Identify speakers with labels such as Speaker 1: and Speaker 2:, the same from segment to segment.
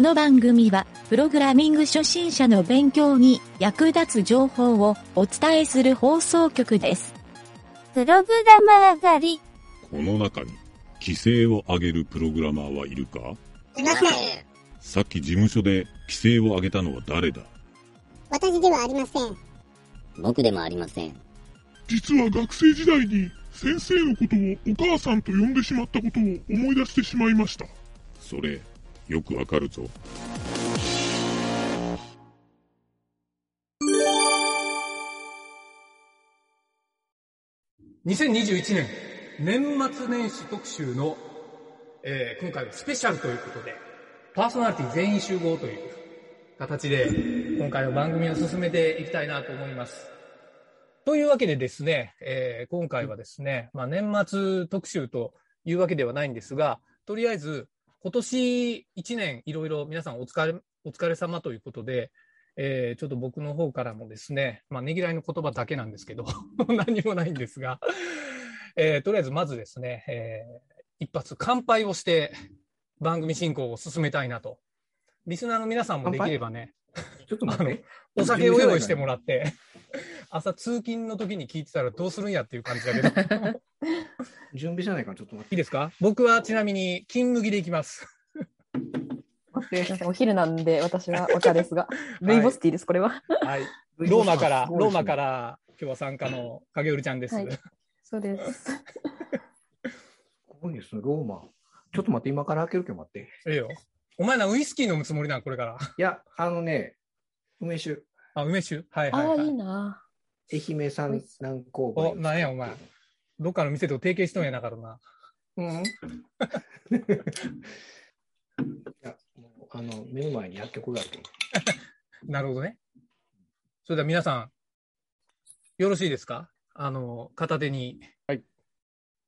Speaker 1: の番組は、プログラミング初心者の勉強に役立つ情報をお伝えする放送局です。
Speaker 2: プログラマー狩り。
Speaker 3: この中に、規制を上げるプログラマーはいるか
Speaker 4: いません。
Speaker 3: さっき事務所で規制を上げたのは誰だ
Speaker 4: 私ではありません。
Speaker 5: 僕でもありません。
Speaker 6: 実は学生時代に先生のことをお母さんと呼んでしまったことを思い出してしまいました。
Speaker 3: それ、よくわかるぞ。
Speaker 7: 2021年年末年始特集の、えー今回はスペシャルということで、パーソナリティ全員集合という形で、今回の番組を進めていきたいなと思います。というわけでですね、えー今回はですね、まあ、年末特集というわけではないんですが、とりあえず今年1年いろいろ皆さんお疲れ、お疲れ様ということで、えーちょっと僕の方からもですね、まあ、ねぎらいの言葉だけなんですけど、 何もないんですが、えーとりあえずまずですね、えー一発乾杯をして番組進行を進めたいなと。リスナーの皆さんもできればね、
Speaker 8: ちょっと待って。
Speaker 7: お酒を用意してもらって、 朝通勤の時に聞いてたらどうするんやっていう感じだけど、 い
Speaker 8: 準備じゃないかな、ちょっと待って。。
Speaker 7: いですか僕はちなみに金麦でいきます。
Speaker 9: 待って、なんかお昼なんで、私はお茶ですが、ルイボスティーです、これは。
Speaker 7: はい。ローマから、ローマからら今日は参加の影織ちゃんです。
Speaker 9: はいそうです。
Speaker 8: すごいですね、ローマ。ちょっと待って、今から開けるけど待って。
Speaker 7: ええよ。お前な、ウイスキー飲むつもりなん、これから。
Speaker 8: いや、あのね、梅酒、
Speaker 7: あ、梅酒はいはい、
Speaker 9: ああ、
Speaker 7: はい
Speaker 9: い
Speaker 7: い。
Speaker 9: な。
Speaker 8: 愛媛産南高梅。
Speaker 7: おなんやお前どっかの店と提携しとんやなからな。
Speaker 8: うん。いや、もうあの、目の前に薬局があって。
Speaker 7: なるほどね。それでは皆さん、よろしいですかあの、片手に
Speaker 8: はい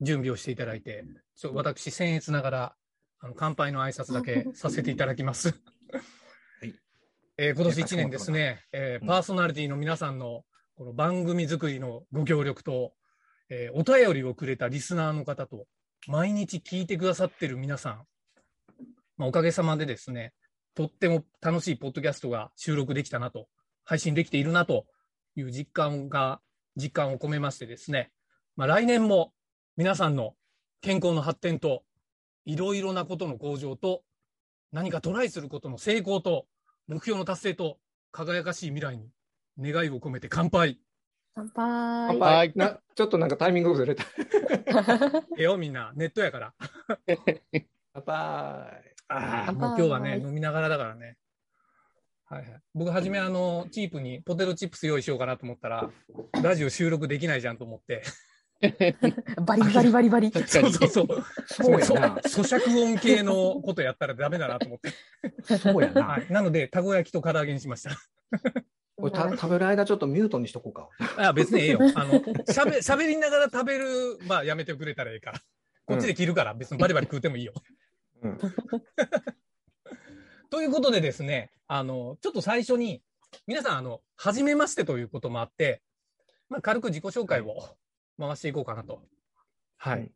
Speaker 7: 準備をしていただいて、ちょ私、僭越ながら、あの乾杯の挨拶だ けさせていただきます。
Speaker 8: い
Speaker 7: えー今年1年ですね、えー
Speaker 8: うん
Speaker 7: パーソナリティの皆さんのこの番組作りのご協力と、えーお便りをくれたリスナーの方と、毎日聞いてくださってる皆さん、まあ、おかげさまでですね、とっても楽しいポッドキャストが収録できたなと、配信できているなという実感が、実感を込めましてですね、まあ、来年も皆さんの健康の発展と、いろいろなことの向上と、何かトライすることの成功と、目標の達成と、輝かしい未来に願いを込めて乾杯。
Speaker 9: 乾杯。
Speaker 8: はい。な、ちょっとなんかタイミングがずれた。
Speaker 7: ええよ、みんな、ネットやから。
Speaker 8: 乾杯。
Speaker 7: ああ、
Speaker 9: 乾杯
Speaker 7: もう今日はね、飲みながらだからね。はいはい。僕、はじめ、あの、チープにポテトチップス用意しようかなと思ったら、ラジオ収録できないじゃんと思って。
Speaker 9: バリバリバリ バリ。
Speaker 5: 確か
Speaker 7: そう
Speaker 5: に。
Speaker 7: そうそう。
Speaker 8: そうやな。
Speaker 7: 咀嚼音系のことやったらダメだなと思って。
Speaker 8: そうや な
Speaker 7: は。い。なので、たこ焼きと唐揚げにしました。
Speaker 8: これた食べる間ちょっとミュートにしとこうか。
Speaker 7: あ別にええよ。あの、しゃべ、しゃべりながら食べる、まあ、やめてくれたらええから。こっちで切るから、別にバリバリ食うてもいいよ。
Speaker 8: うん。
Speaker 7: ということでですね、あの、ちょっと最初に、皆さん、あの、初めましてということもあって、まあ、軽く自己紹介を回していこうかなと。はい。
Speaker 8: うん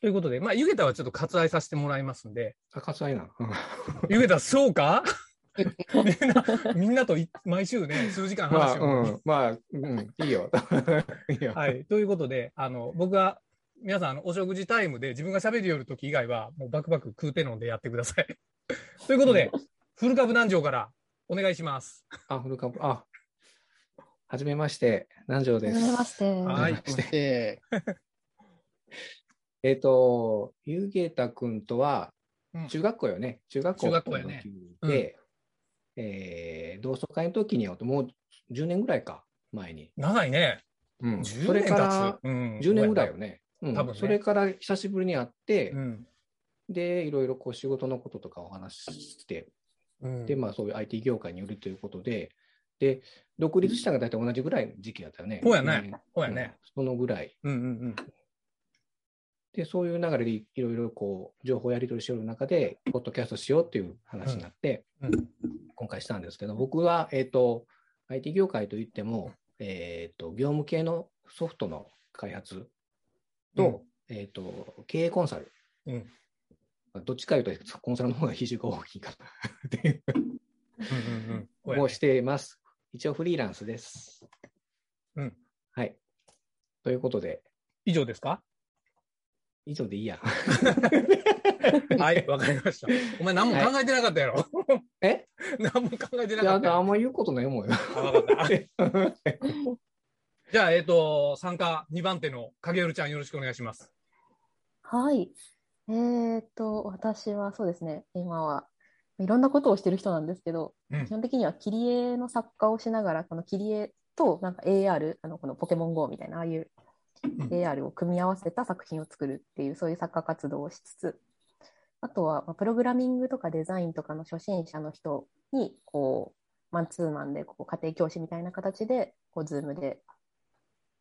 Speaker 7: ということで、まあ、ゆげたはちょっと割愛させてもらいますんで、
Speaker 8: あ、かさいな。うん
Speaker 7: ゆげた、そうか みんな、みんなとい毎週ね、数時間
Speaker 8: まあ、
Speaker 7: 話を。
Speaker 8: うん。まあ、うん。いい よ。いいよ。
Speaker 7: はい。ということで、あの、僕は、皆さん、あの、お食事タイムで自分が喋るよる時以外は、もうバクバク食うて飲んでやってください。 ということで、フル株南條からお願いします。
Speaker 8: あ、フルカブ。あ、はじめまして、南條
Speaker 9: は
Speaker 8: で。
Speaker 9: じめますして。
Speaker 7: はい
Speaker 8: はじめまし
Speaker 5: そしてて、
Speaker 8: えっ、と、ゆげたくんとは
Speaker 7: うん、
Speaker 8: 中学校よね。中学校
Speaker 7: 中学校よね
Speaker 8: の時で、えー同窓会の時に会うと、もう10年ぐらいか、前に。
Speaker 7: 長いね。
Speaker 8: うん
Speaker 7: 10
Speaker 8: それ
Speaker 7: 年
Speaker 8: か
Speaker 7: 経
Speaker 8: ら
Speaker 7: つ。うん
Speaker 8: 10年ぐらいよ。ね。うん
Speaker 7: 多分ね
Speaker 8: それから久しぶりに会って、
Speaker 7: うん。
Speaker 8: で、いろいろこう仕事のこととかお話しして、
Speaker 7: うん
Speaker 8: で、まあそういう IT 業界によるということで、で、独立したのが大体同じぐらいの時期だったよね。
Speaker 7: そうやね
Speaker 8: ん
Speaker 7: そうやね。
Speaker 8: うんそのぐらい。
Speaker 7: うんうん
Speaker 8: で、そういう流れでいいろいろこう、情報やり取りしてる中で、ポッドキャストしようっていう話になって、
Speaker 7: うん。うん
Speaker 8: 今回したんですけど、僕は、えっ、と、IT 業界といっても、えっ、と、業務系のソフトの開発と、えっ、と、経営コンサル
Speaker 7: うん
Speaker 8: どっちかいうと、コンサルの方が比重が大きいかなっていう
Speaker 7: うんうんうん。
Speaker 8: をしています。一応フリーランスです。
Speaker 7: うん。
Speaker 8: はい。ということで、
Speaker 7: 以上ですか
Speaker 8: 以上で いいや。
Speaker 7: はい、わかりました。お前何も考えてなかったやろ。
Speaker 8: え
Speaker 7: 何も考えてないか
Speaker 8: や、
Speaker 7: ったや
Speaker 8: あ
Speaker 7: ろ。
Speaker 8: んま言うことないも んよ。
Speaker 7: あわかった。じゃあ、えっ、と、参加2番手の影るちゃんよろしくお願いします。
Speaker 9: はい。えーっと、私はそうですね、今はいろんなことをしてる人なんですけど、
Speaker 7: うん
Speaker 9: 基本的には切り絵の作家をしながら、この切り絵となんか AR、あのこのポケモン GO みたいな、ああいう
Speaker 7: うん
Speaker 9: AR を組み合わせた作品を作るっていう、そういう作家活動をしつつ、あとはまあプログラミングとかデザインとかの初心者の人に、こう、マンツーマンでこう家庭教師みたいな形で、こう、ズームで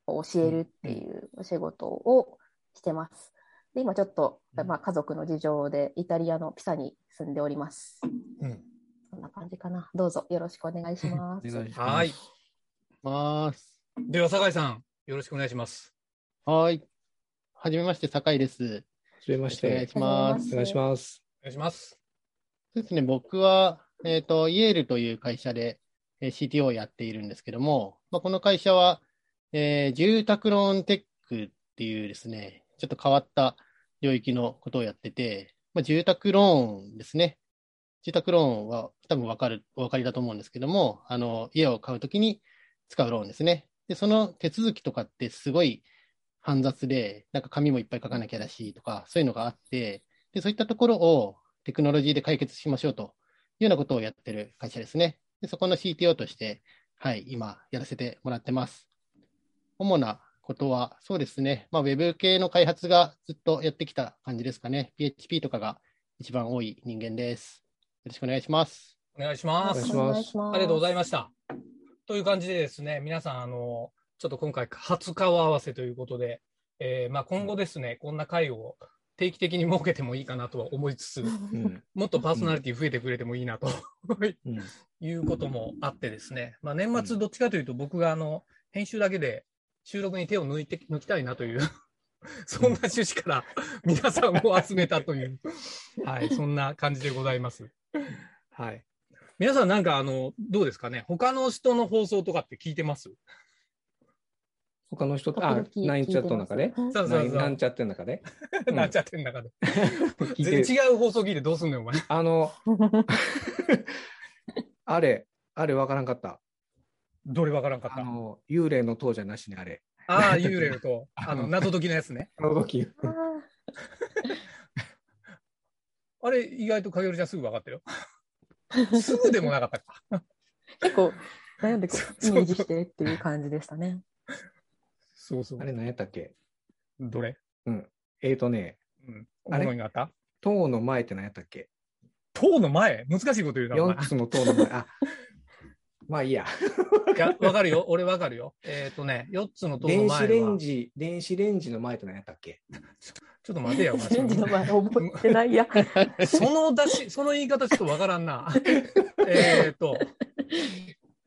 Speaker 9: こう教えるっていうお仕事をしてます。で今ちょっと、
Speaker 7: うん
Speaker 9: まあ、家族の事情でイタリアのピサに住んでおります。
Speaker 7: うん。
Speaker 9: そんな感じかな。どうぞよろしくお願いします。
Speaker 10: 願いします。
Speaker 7: はい。。
Speaker 10: ます。
Speaker 7: では、酒井さん、よろしくお願いします。
Speaker 10: はい。はじめまして、酒井です。よ
Speaker 8: はじめま
Speaker 10: ろ
Speaker 8: し
Speaker 10: しくお願い
Speaker 8: て。
Speaker 10: します。
Speaker 8: お願いします。
Speaker 7: お願いします。
Speaker 10: そうですね、僕は、えっ、と、イエールという会社で、えー CTO をやっているんですけども、まあ、この会社は、えー住宅ローンテックっていうですね、ちょっと変わった領域のことをやってて、まあ、住宅ローンですね。住宅ローンは多分わかる、お分かりだと思うんですけども、あの、家を買うときに使うローンですね。で、その手続きとかってすごい煩雑で、なんか紙もいっぱい書かなきゃだしとか、そういうのがあって、で、そういったところを、テクノロジーで解決しましょうというようなことをやってる会社ですね。でそこの CTO として、はい、今やらせてもらってます。主なことは、そうですね、まあ、ウェブ系の開発がずっとやってきた感じですかね。PHP とかが一番多い人間です。よろしくお願いします。
Speaker 7: お願いしま
Speaker 8: お願い
Speaker 7: す
Speaker 8: し。ます
Speaker 7: ありがとうございま
Speaker 9: し
Speaker 7: した。という感じでですね、皆さん、あの、ちょっと今回、初顔合わせということで、えーまあ、今後ですね、こんな会を定期的に設けてもいいかなとは思いつつ、
Speaker 8: うん。
Speaker 7: もっとパーソナリティ増えてくれてもいいなと
Speaker 8: うん。
Speaker 7: いうこともあってですね、まあ、年末どっちかというと、僕があの、編集だけで収録に手を抜いて、 抜きたいなという、そんな趣旨から皆さんを集めたと いう、はい、そんな感じでございます。はい。皆さんなんかあの、どうですかね他の人の放送とかって聞いてます
Speaker 8: 他の人と、あ、何チャットの中で
Speaker 7: そうそうそう。
Speaker 8: 何チャットの中でうん
Speaker 7: なっちゃってん中で。
Speaker 8: 聞いて
Speaker 7: 全
Speaker 8: る。
Speaker 7: 然違う放送聞いてどうすんねん、お前。
Speaker 8: あの、 あれ、あれわからんかった。
Speaker 7: どれわからんかっ
Speaker 8: あ
Speaker 7: た。
Speaker 8: の、幽霊の塔じゃなしにあれ。
Speaker 7: ああ、幽霊と、あの、謎解きのやつね。
Speaker 8: あの時。
Speaker 7: あれ、意外と影るちゃんすぐ分かった よ。すぐでもなかったか。
Speaker 9: 結構悩んでこうイ
Speaker 7: そう
Speaker 9: メージしてっていう感じでしたね。
Speaker 7: そうそ
Speaker 8: あれ。何やったっけ
Speaker 7: どれ
Speaker 8: えーとね、
Speaker 7: うん。
Speaker 8: あれ
Speaker 7: おもろいのあった
Speaker 8: 塔の前って何やったっけ
Speaker 7: 塔の前難しいこと言うな、お前
Speaker 8: ?4 つの塔の前。あ、まあいい や。
Speaker 7: いや、分かるよ。俺分かるよ。えっ、とね、4つの塔の前
Speaker 8: 電
Speaker 7: は。
Speaker 8: 子レンジ、電子レンジの前って何やったっけ
Speaker 7: ちょっと待てよ、お前
Speaker 9: レンジの前覚えてないや。
Speaker 7: その出し、その言い方ちょっとわからん な。えっと、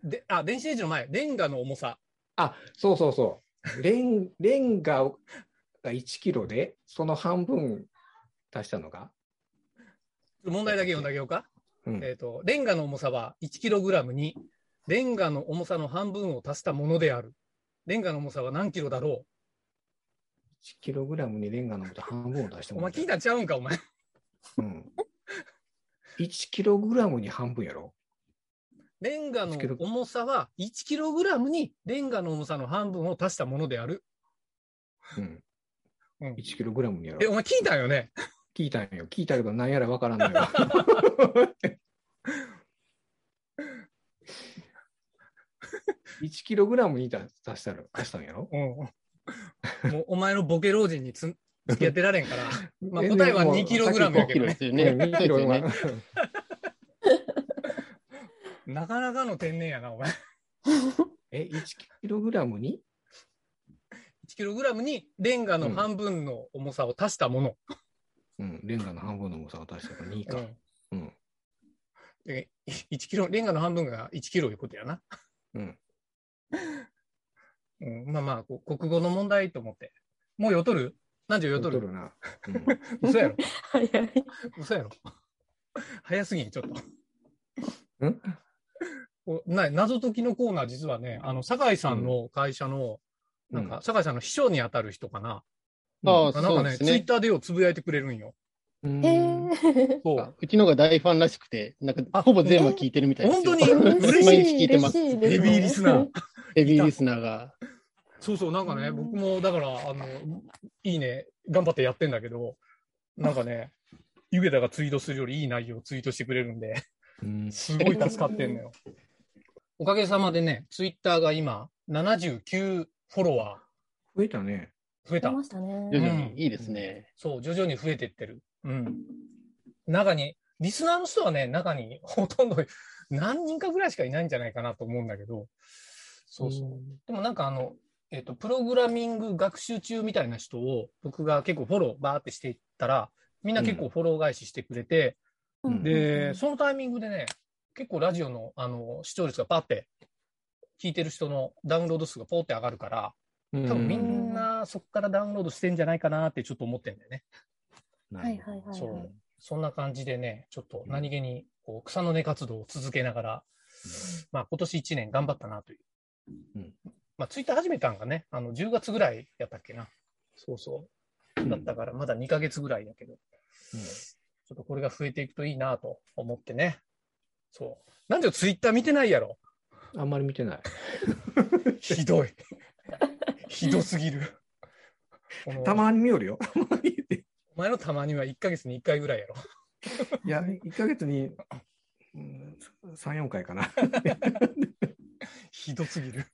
Speaker 7: で、あ、電子レンジの前、レンガの重さ。
Speaker 8: あ、そうそうそう。レン、 レンガをが1キロで、その半分足したのが、
Speaker 7: 問題だけ読んだけようか。
Speaker 8: うん
Speaker 7: えっ、と、レンガの重さは 1kg に、レンガの重さの半分を足したものである。レンガの重さは何キロだろ
Speaker 8: 1キログラムにレンガのこと半分を出して
Speaker 7: うお
Speaker 8: も
Speaker 7: 前
Speaker 8: らった
Speaker 7: 聞いたんちゃうんか、お前。
Speaker 8: うん。1キログラムに半分やろ
Speaker 7: レンガの
Speaker 8: 1kg
Speaker 7: 重さは 1kg にレンガの重さの半分を足したものである。
Speaker 8: うん。
Speaker 7: うん
Speaker 8: 1キログラムにや
Speaker 7: え、お
Speaker 8: ろ
Speaker 7: 前聞いたんよね。
Speaker 8: 聞いたんよ。聞いたけど何やらわからんのよ。1キログラムに足したら、足したんやろ
Speaker 7: うん。もうお前のボケ老人につ付き合ってられんから。まあ答えは
Speaker 8: えでも
Speaker 7: 2kg や
Speaker 10: 5
Speaker 7: け
Speaker 10: キ
Speaker 7: ど
Speaker 10: ロで。
Speaker 7: ね
Speaker 10: すよね。
Speaker 8: 2キ
Speaker 10: そう
Speaker 8: ロ
Speaker 10: ですよ
Speaker 8: は
Speaker 10: ね。
Speaker 7: なかなかの天然やな、お前。
Speaker 8: え、1キログラムに
Speaker 7: 1kg にレンガの半分の重さを足したもの。
Speaker 8: うん、レンガの半分の重さを足したから2か。うん。
Speaker 7: で1キロ、レンガの半分が1キロいうことやな。
Speaker 8: うん。
Speaker 7: うん、まあまあ、こう国語の問題と思って。もうよとる74
Speaker 8: と
Speaker 7: 取
Speaker 8: る
Speaker 7: る。
Speaker 8: な。
Speaker 7: 嘘やろ。
Speaker 9: 早い。
Speaker 7: 嘘やろ。 早すぎん、ちょっと。
Speaker 8: うんん
Speaker 7: おな謎解きのコーナー、実はね、あの、酒井さんの会社の、なんか、酒井さんの秘書に当たる人かな。
Speaker 10: ああ、
Speaker 7: な
Speaker 10: そ
Speaker 7: んか
Speaker 10: うで
Speaker 7: ね、
Speaker 10: す
Speaker 7: ツイッ
Speaker 10: ね。
Speaker 7: ターでよ、つぶやいてくれるんよ。
Speaker 8: うん
Speaker 9: へえ。
Speaker 7: そ
Speaker 10: あ。うちのが大ファンらしくて、なんか、ほぼ全部聞いてるみたいですよ。
Speaker 7: あ本当に嬉しい
Speaker 10: 毎日聞いてます。
Speaker 9: 嬉しいです
Speaker 7: ヘビーリスナー。
Speaker 10: ヘビーリスナーが。
Speaker 7: そうそう、なんかね、
Speaker 9: うん
Speaker 7: 僕も、だから、あの、いいね、頑張ってやってんだけど、なんかね、ゆげたがツイートするよりいい内容をツイートしてくれるんで、
Speaker 8: うん
Speaker 7: すごい助かってんのよ。おかげさまでね、ツイッターが今、79フォロワ
Speaker 8: 増えたね。
Speaker 7: ー増え
Speaker 9: 出
Speaker 7: た。
Speaker 9: ましたね。
Speaker 10: 徐々
Speaker 7: うん
Speaker 10: に。いいですね。
Speaker 7: そう、徐々に増えてってる。うん。中に、リスナーの人はね、中にほとんど何人かぐらいしかいないんじゃないかなと思うんだけど、そうそう。でもなんかあの、えっ、と、プログラミング学習中みたいな人を、僕が結構フォローバーってしていったら、みんな結構フォロー返ししてくれて、
Speaker 8: うん
Speaker 7: で、そのタイミングでね、結構ラジオのあの視聴率がパッて、聞いてる人のダウンロード数がポーって上がるから、多分みんなそこからダウンロードしてんじゃないかなってちょっと思ってんだよね。
Speaker 8: な
Speaker 9: はい
Speaker 8: る
Speaker 9: はいはい。
Speaker 7: そ
Speaker 9: は
Speaker 7: う
Speaker 9: い。
Speaker 7: そんな感じでね、ちょっと何気にこう草の根活動を続けながら、まあ今年1年頑張ったなという。
Speaker 8: うん
Speaker 7: まあツイッター始めたんがね、あの10月ぐらいやったっけな。そうそう。だったからまだ2ヶ月ぐらいだけど、ちょっとこれが増えていくといいなと思ってね。そう。なんでツイッター見てないやろ。
Speaker 8: うんあんまり見てない。
Speaker 7: ひどい。ひどすぎる。この
Speaker 8: たまに見よるよ。たまに見て
Speaker 7: お前のたまには1ヶ月に1回ぐらいやろ。
Speaker 8: いや、1ヶ月にうん3、4回かな。
Speaker 7: ひどすぎる。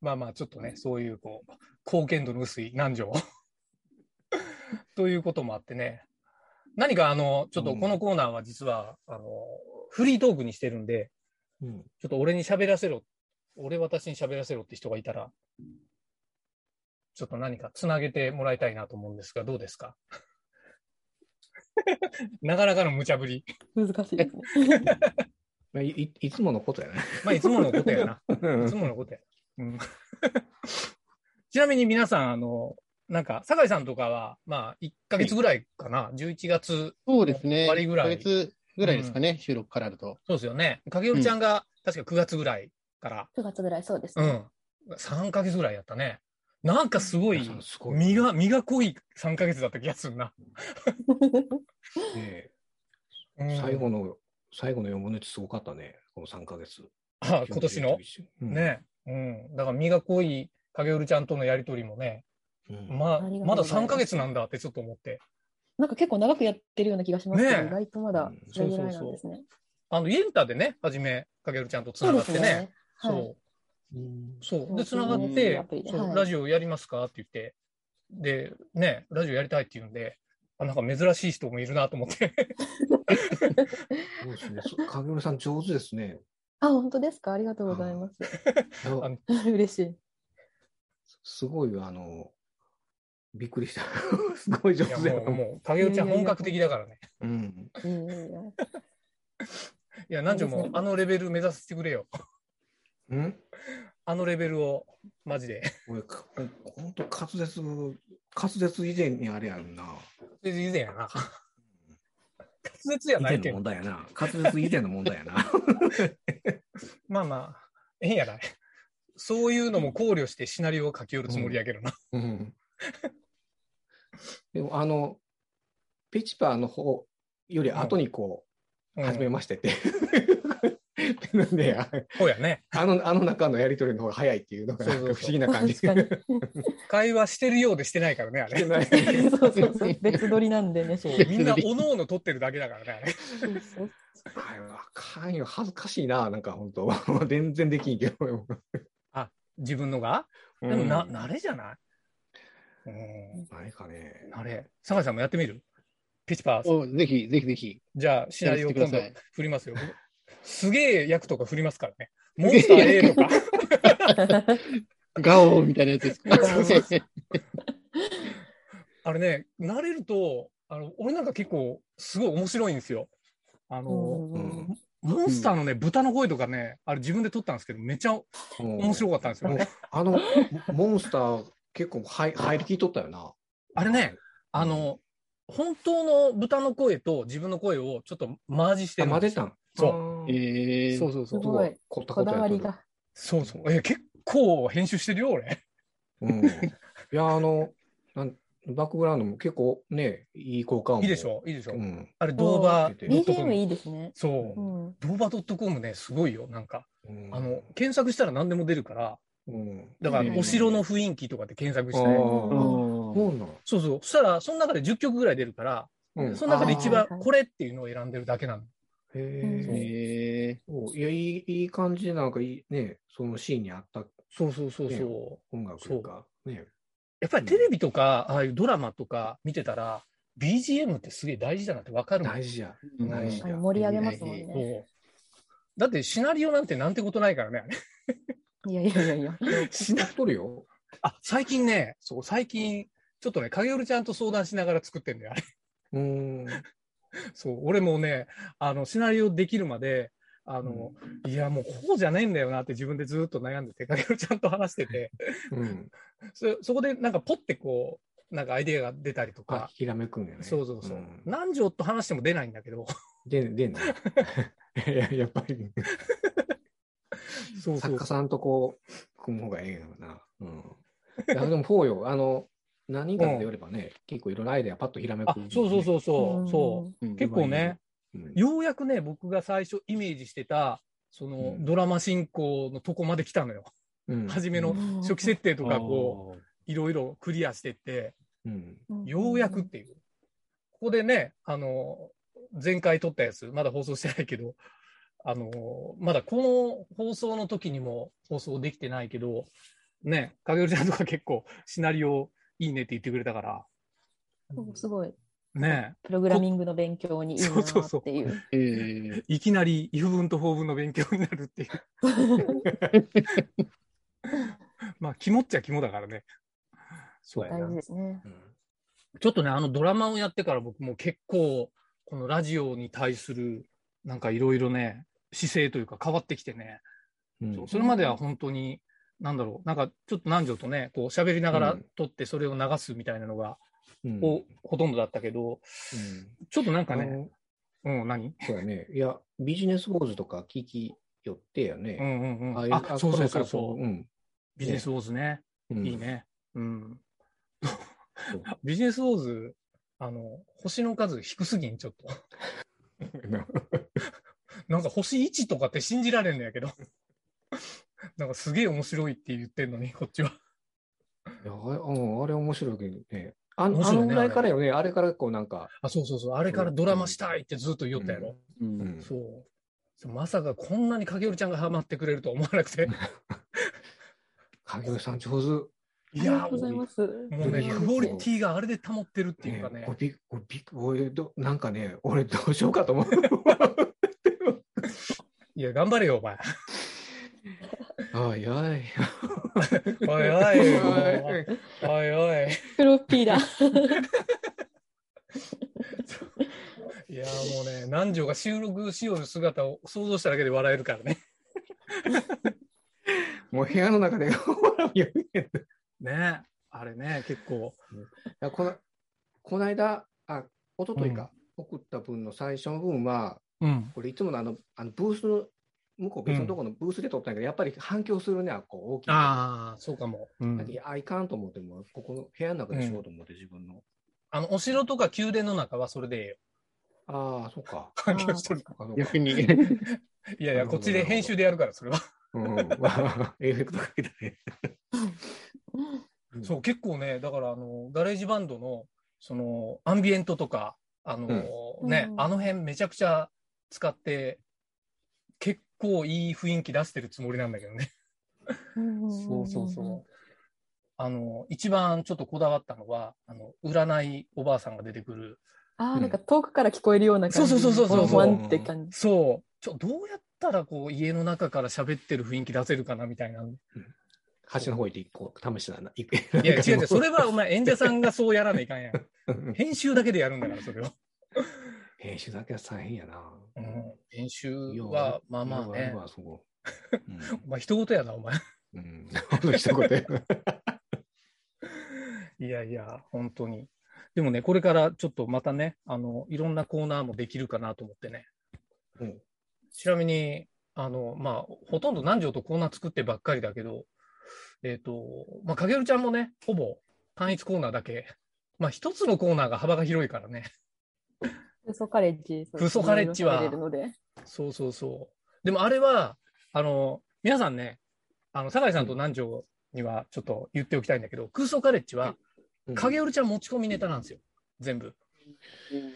Speaker 7: まあまあ、ちょっとね、そういう、こう、貢献度の薄い男女を ということもあってね。何か、あの、ちょっとこのコーナーは実は、あの、フリートークにしてるんで、
Speaker 8: うん
Speaker 7: ちょっと俺に喋らせろ、俺私に喋らせろって人がいたら、ちょっと何かつなげてもらいたいなと思うんですが、どうですか なかなかの無茶ぶり。
Speaker 9: 難しいですね。
Speaker 8: まあいいいつものことやね。
Speaker 7: まあ、いつものことやな。いつものことや。うん、 ちなみに皆さん、あの、なんか、酒井さんとかは、まあ、1ヶ月ぐらいかな、11月、
Speaker 10: そうですね。
Speaker 7: 終わりぐらい
Speaker 10: 1ヶ月ぐらいですかね、収録からだと。
Speaker 7: そうですよね。影織ちゃんが、確か9月ぐらいから、
Speaker 9: 9月ぐらいそうです
Speaker 7: う
Speaker 9: ね。
Speaker 7: ん、3ヶ月ぐらいやったね。なんかすごい、
Speaker 8: すごい
Speaker 7: 身が、身が濃い3ヶ月だった気がするな。
Speaker 8: ね
Speaker 7: うん
Speaker 8: 最後の、最後の4分の1すごかったね。この3ヶ月。
Speaker 7: あ今年の。
Speaker 8: うん。
Speaker 7: ね。うん。だから身が濃い影織ちゃんとのやりとりもね、
Speaker 8: うん
Speaker 7: まあ、
Speaker 9: ありがとうございます
Speaker 7: まだ3ヶ月なんだってちょっと思って。
Speaker 9: なんか結構長くやってるような気がしますけど、
Speaker 7: ねえ
Speaker 9: 意外とまだ
Speaker 8: うん
Speaker 9: それぐらいなんですね。
Speaker 7: あの、イエンタでね、はじめ、影織ちゃんとつな
Speaker 9: そうで
Speaker 7: がっ
Speaker 9: す
Speaker 7: て
Speaker 9: よ
Speaker 7: ね。
Speaker 9: ね。
Speaker 7: そう。
Speaker 9: はい。
Speaker 7: そう。
Speaker 9: そう
Speaker 7: で、つながっ
Speaker 9: そう
Speaker 7: て
Speaker 9: アプリ、で
Speaker 7: そう
Speaker 9: はい
Speaker 7: ラジオやりますかって言って、で、ね、ラジオやりたいって言うんで、あ、なんか珍しい人もいるなと思って。
Speaker 8: そうですね。そ影浦さん上手です ね。
Speaker 9: あ、本当ですかありがとうございます。
Speaker 8: あの
Speaker 7: あ
Speaker 9: 嬉しい。
Speaker 8: すごい、あの、びっくりした。 すごい上
Speaker 7: いや、
Speaker 8: 手や
Speaker 7: もう、
Speaker 8: な。
Speaker 7: もう、影織ちゃん本格的だからね。
Speaker 8: うん。
Speaker 9: いやいやいや
Speaker 7: いや、なんちゅうも
Speaker 9: そうう、で
Speaker 7: あのレベル目指してくれよ。
Speaker 8: うん
Speaker 7: あのレベルを、マジで。
Speaker 8: 俺、かほんと滑舌、滑舌以前にあれやんな。
Speaker 7: それで以前やな。滑舌や
Speaker 8: 以
Speaker 7: な
Speaker 8: 前
Speaker 7: いけ
Speaker 8: の
Speaker 7: ど
Speaker 8: 問。題やな。滑舌以前の問題 やな。
Speaker 7: まあまあ、ええんやない。そういうのも考慮してシナリオを書き寄るつもりやけどな。
Speaker 8: うん。でも、あの、ペチパーの方より後にこう、
Speaker 7: うん
Speaker 8: 初めまして って。なんで、あ
Speaker 7: そうやね。
Speaker 8: あの、あの中のやりとりの方が早いっていうのが、
Speaker 7: そう
Speaker 8: な
Speaker 7: そ
Speaker 8: ん
Speaker 7: うそう
Speaker 8: か不思議な感じ。
Speaker 9: 確かに。
Speaker 7: 会話してるようでしてないからね、あれ。
Speaker 9: そうそうそう。別撮りなんでね。
Speaker 7: そ
Speaker 9: そうう。
Speaker 7: みんなおのおの撮ってるだけだからね、あれ。
Speaker 9: そう
Speaker 8: あれわかんよ。恥ずかしいな。なんか本当 全然できんけど。
Speaker 7: 自分のが
Speaker 8: で
Speaker 7: でもな、慣れじゃないうん、
Speaker 8: ないかね。
Speaker 7: 慣れ。酒井さんもやってみるペチパー。
Speaker 10: おぜひ、ぜひぜひ。
Speaker 7: じゃあ、シナリオ
Speaker 10: やら
Speaker 7: 今
Speaker 10: せて
Speaker 7: 度
Speaker 10: ください
Speaker 7: 振りますよ。すげえ役とか振りますからね。モンスター A と か。
Speaker 10: ガオーみたいなやつです か。
Speaker 9: そうそう
Speaker 7: あれね、慣れると、あの、俺なんか結構、すごい面白いんですよ。あの、
Speaker 9: うんうんうん
Speaker 7: モンスターのね、豚の声とかね、あれ自分で撮ったんですけど、めちゃ面
Speaker 8: 面
Speaker 7: 白かったんですよ
Speaker 8: い。
Speaker 7: ね。
Speaker 8: あの、モンスター結構はい入りきっとったよな。
Speaker 7: あれね、あの、本当の豚の声と自分の声をちょっとマージして
Speaker 8: あ
Speaker 7: るん
Speaker 8: 混
Speaker 7: で
Speaker 8: ぜ
Speaker 7: す
Speaker 8: たん。
Speaker 7: そう。
Speaker 8: あー
Speaker 10: え
Speaker 8: そ
Speaker 10: ー
Speaker 8: うそう
Speaker 9: す
Speaker 8: そう。
Speaker 9: ごい。
Speaker 8: こ
Speaker 9: こだわり。が。
Speaker 7: そうそう。え、結構編集してるよ、俺。
Speaker 8: うん。いや、あの、なんバックグラウンドも結構ね、いい効果音。
Speaker 7: いいでしょいいでしょ
Speaker 8: うん。
Speaker 7: あれ、ドーバ
Speaker 8: そう
Speaker 7: ー
Speaker 9: BGM い
Speaker 7: .com。
Speaker 9: いですね。
Speaker 7: そうう。
Speaker 9: ん。
Speaker 7: ドーバー .com ね、すごいよ。なんか、
Speaker 8: うん
Speaker 7: あの、、検索したら何でも出るから、
Speaker 8: うん。
Speaker 7: だから、
Speaker 10: うん
Speaker 7: お城の雰囲気とかで検索
Speaker 8: あ
Speaker 7: し
Speaker 8: あ、
Speaker 7: て、
Speaker 9: う
Speaker 8: そう
Speaker 10: うん
Speaker 8: なの。
Speaker 7: そうそう。そしたら、その中で10曲ぐらい出るから、
Speaker 8: うん。
Speaker 7: その中で一番
Speaker 9: あー
Speaker 7: これっていうのを選んでるだけなの。
Speaker 8: へ
Speaker 9: うん
Speaker 8: え。
Speaker 10: え
Speaker 8: そういや、いい、いい感じで、なんかいい、ね、そのシーンに合った
Speaker 7: そうそうそう。
Speaker 8: そう音楽というか、ね。
Speaker 7: やっぱりテレビとか、ああいうドラマとか見てたら、BGM ってすげえ大事だなってわかるもん
Speaker 8: 大事 や。
Speaker 10: ー
Speaker 8: 大
Speaker 10: うん
Speaker 8: 事
Speaker 9: あ
Speaker 8: や。
Speaker 9: の盛り上げますもんね。
Speaker 7: そうだってシナリオなんてなんてことないからね。あれ
Speaker 9: いやいやいやいや。
Speaker 8: しなっとるよ。
Speaker 7: あ、最近ね、そう、最近、ちょっとね、影織ちゃんと相談しながら作ってんだよ、あ れ。
Speaker 8: うーん。
Speaker 7: そう、俺もね、あの、シナリオできるまで、あの、いや、もうこうじゃねえんだよなって自分でずっと悩んでて、影織ちゃんと話して て、
Speaker 8: うん。
Speaker 7: そそこでなんかポッてこう、なんかアイデアが出たりと
Speaker 8: あ
Speaker 7: か、、
Speaker 8: ひらめくんやね。
Speaker 7: そうそうそう。
Speaker 8: ん
Speaker 7: 何条と話しても出ないんだけど、
Speaker 8: で、でんのいややっぱり、
Speaker 7: そうそ
Speaker 8: 作
Speaker 7: う
Speaker 8: 家。さんとこう、組む方がええんやろな。うん。いや、でも、そうよ。あの、何人かでやればね、結構いろんなアイデアパッとひらめ
Speaker 7: あ
Speaker 8: く、、
Speaker 7: そうそうそうそう、そう。
Speaker 10: うん
Speaker 7: 結構ね、
Speaker 8: うん。
Speaker 7: ようやくね、僕が最初イメージしてた、その、
Speaker 8: うん
Speaker 7: ドラマ進行のとこまで来たのよ。
Speaker 8: うん
Speaker 7: 初めの
Speaker 9: うん
Speaker 7: 初期設定とか、こ
Speaker 10: あー
Speaker 7: う、いろいろクリアしてって、
Speaker 8: うん。
Speaker 7: ようやくっていう。ここでね、あの、前回撮ったやつ、まだ放送してないけど、あの、まだこの放送の時にも放送できてないけど、ね、影織ちゃんとか結構シナリオいいねって言ってくれたから、
Speaker 9: うんすごい。
Speaker 7: ね、
Speaker 9: プログラミングの勉強にいいな
Speaker 7: そうそうそう
Speaker 9: ーっていう。
Speaker 10: えー
Speaker 7: いきなり異文と法文の勉強になるっていう。 まあ、肝っちゃ肝だからね。
Speaker 8: そうや
Speaker 9: 大
Speaker 8: な
Speaker 9: 事。ですね。
Speaker 8: うん
Speaker 7: ちょっとね、あのドラマをやってから僕も結構、このラジオに対する、なんかいろいろね、姿勢というか変わってきてね、
Speaker 8: うん
Speaker 7: そうそれまでは本当に、なんだろう、なんかちょっと南條とね、こう喋りながら
Speaker 8: うん
Speaker 7: 撮ってそれを流すみたいなのが、
Speaker 8: うん
Speaker 7: おほとんどだったけど、
Speaker 8: うん
Speaker 7: ちょっとなんか
Speaker 8: あ
Speaker 7: ね、
Speaker 8: の
Speaker 7: うん、何
Speaker 8: そうやね。いや、ビジネスウォーズとか聞き寄ってや
Speaker 7: うん
Speaker 8: ね。
Speaker 7: うんうん。
Speaker 8: い
Speaker 7: あ、そうそうそうそ
Speaker 8: これからこ
Speaker 7: う。
Speaker 8: ん
Speaker 7: ビジネスウォーズね。
Speaker 8: うん
Speaker 7: いいね。うん
Speaker 8: そう。
Speaker 7: ビジネスウォーズ、あの、星の数低すぎん、ちょっと。なんか星1とかって信じられんのやけど。 なんかすげえ面白いって言ってんのに、こっちは。
Speaker 8: いや、あれうんあれ面白いけどね。ああの
Speaker 7: 面白いね
Speaker 8: ぐらいからよね、あれからこうなんか、
Speaker 7: あ、そうそうそう。あれからドラマしたいってずっと言おったやろ。
Speaker 10: う
Speaker 8: うんん
Speaker 7: そう。まさかこんなに影織ちゃんがハマってくれるとは思わなくて。
Speaker 8: 影尾さん上
Speaker 9: あ
Speaker 7: い
Speaker 9: りが
Speaker 7: や
Speaker 9: とうござい
Speaker 7: も
Speaker 9: ます。
Speaker 7: うもうね、
Speaker 8: うん
Speaker 7: クオリティがあれで保ってるって
Speaker 8: 手。
Speaker 7: いうか
Speaker 8: ね
Speaker 7: ね
Speaker 8: 俺。び俺び俺ど、なんかね、 俺どうしよう かと思う。
Speaker 7: いや、頑張れよ、お前。
Speaker 8: あいやい。
Speaker 7: おいおい、も うおいおい。
Speaker 9: フロッピーだ。
Speaker 7: いやーもうね、南條が収録しよる姿を想像しただけで笑えるからね。
Speaker 8: もう部屋の中で、 い
Speaker 7: ねあれね、結構。
Speaker 8: やこのこの間、あ、一昨日か、送った分の最初の分は、
Speaker 7: うん。
Speaker 8: これいつものあの、あのブースの、向こう別のところのブースで撮ったんやけど、やっぱり反響するね、あこう大きい。
Speaker 7: ああ、そうかも。う
Speaker 8: い
Speaker 7: ん、
Speaker 8: や、あいかんと思っても、ここの部屋の中でしようと思って、自分の。
Speaker 7: あの、お城とか宮殿の中はそれでええよ。
Speaker 8: ああ、そっか。
Speaker 7: 反響しとる。
Speaker 8: あの
Speaker 10: 逆に。
Speaker 7: いやいや、こっちで編集でやるから、それは。
Speaker 8: うん、エフェクトかけたね。うん
Speaker 7: そう、結構ね、だから、あの、ガレージバンドの、その、アンビエントとか、あの、
Speaker 9: うん
Speaker 7: ね
Speaker 9: う、ん
Speaker 7: あの辺めちゃくちゃ使って、結構いい雰囲気出してるつもりなんだけどね。そうそうそう。あの、一番ちょっとこだわったのは、あの、占いおばあさんが出てくる。
Speaker 9: あ
Speaker 8: う
Speaker 9: あ、
Speaker 8: ん
Speaker 9: なんか遠くから聞こえるような感じ。
Speaker 7: そうそうそうそうそう
Speaker 9: ふわんって感じ。
Speaker 7: そう。ちょ、どうやったらこう、家の中から喋ってる雰囲気出せるかなみたいな。い
Speaker 8: 端の方行って、こう、試してな。い
Speaker 7: や、違う違う。それはお前演者さんがそうやらないか んやん。編集だけでやるんだから、それを。
Speaker 8: 編集だけは大変やな。
Speaker 7: うん。編集は、まあまあね。
Speaker 8: あ、そこ。
Speaker 7: お前、人事やな、お前。
Speaker 8: うん。うん。ほんと一言。
Speaker 7: いいやいや、本当に。でもね、これからちょっとまたね、あの、いろんなコーナーもできるかなと思ってね。
Speaker 8: うん
Speaker 7: ちなみに、あの、まあ、ほとんど南條とコーナー作ってばっかりだけど、えっ、と、まあ、影るちゃんもね、ほぼ単一コーナーだけ、まあ、一つのコーナーが幅が広いからね。
Speaker 9: フソカレッジ。
Speaker 7: フソカレッジはい
Speaker 9: ろいろ喋れるので
Speaker 7: そうそうそう。でもあれは、あの、皆さんね、あの、酒井さんと南條にはちょっと言っておきたいんだけど、空想カレッジは、
Speaker 8: うん
Speaker 7: 影るちゃん持ち込みネタなんですよ。全部。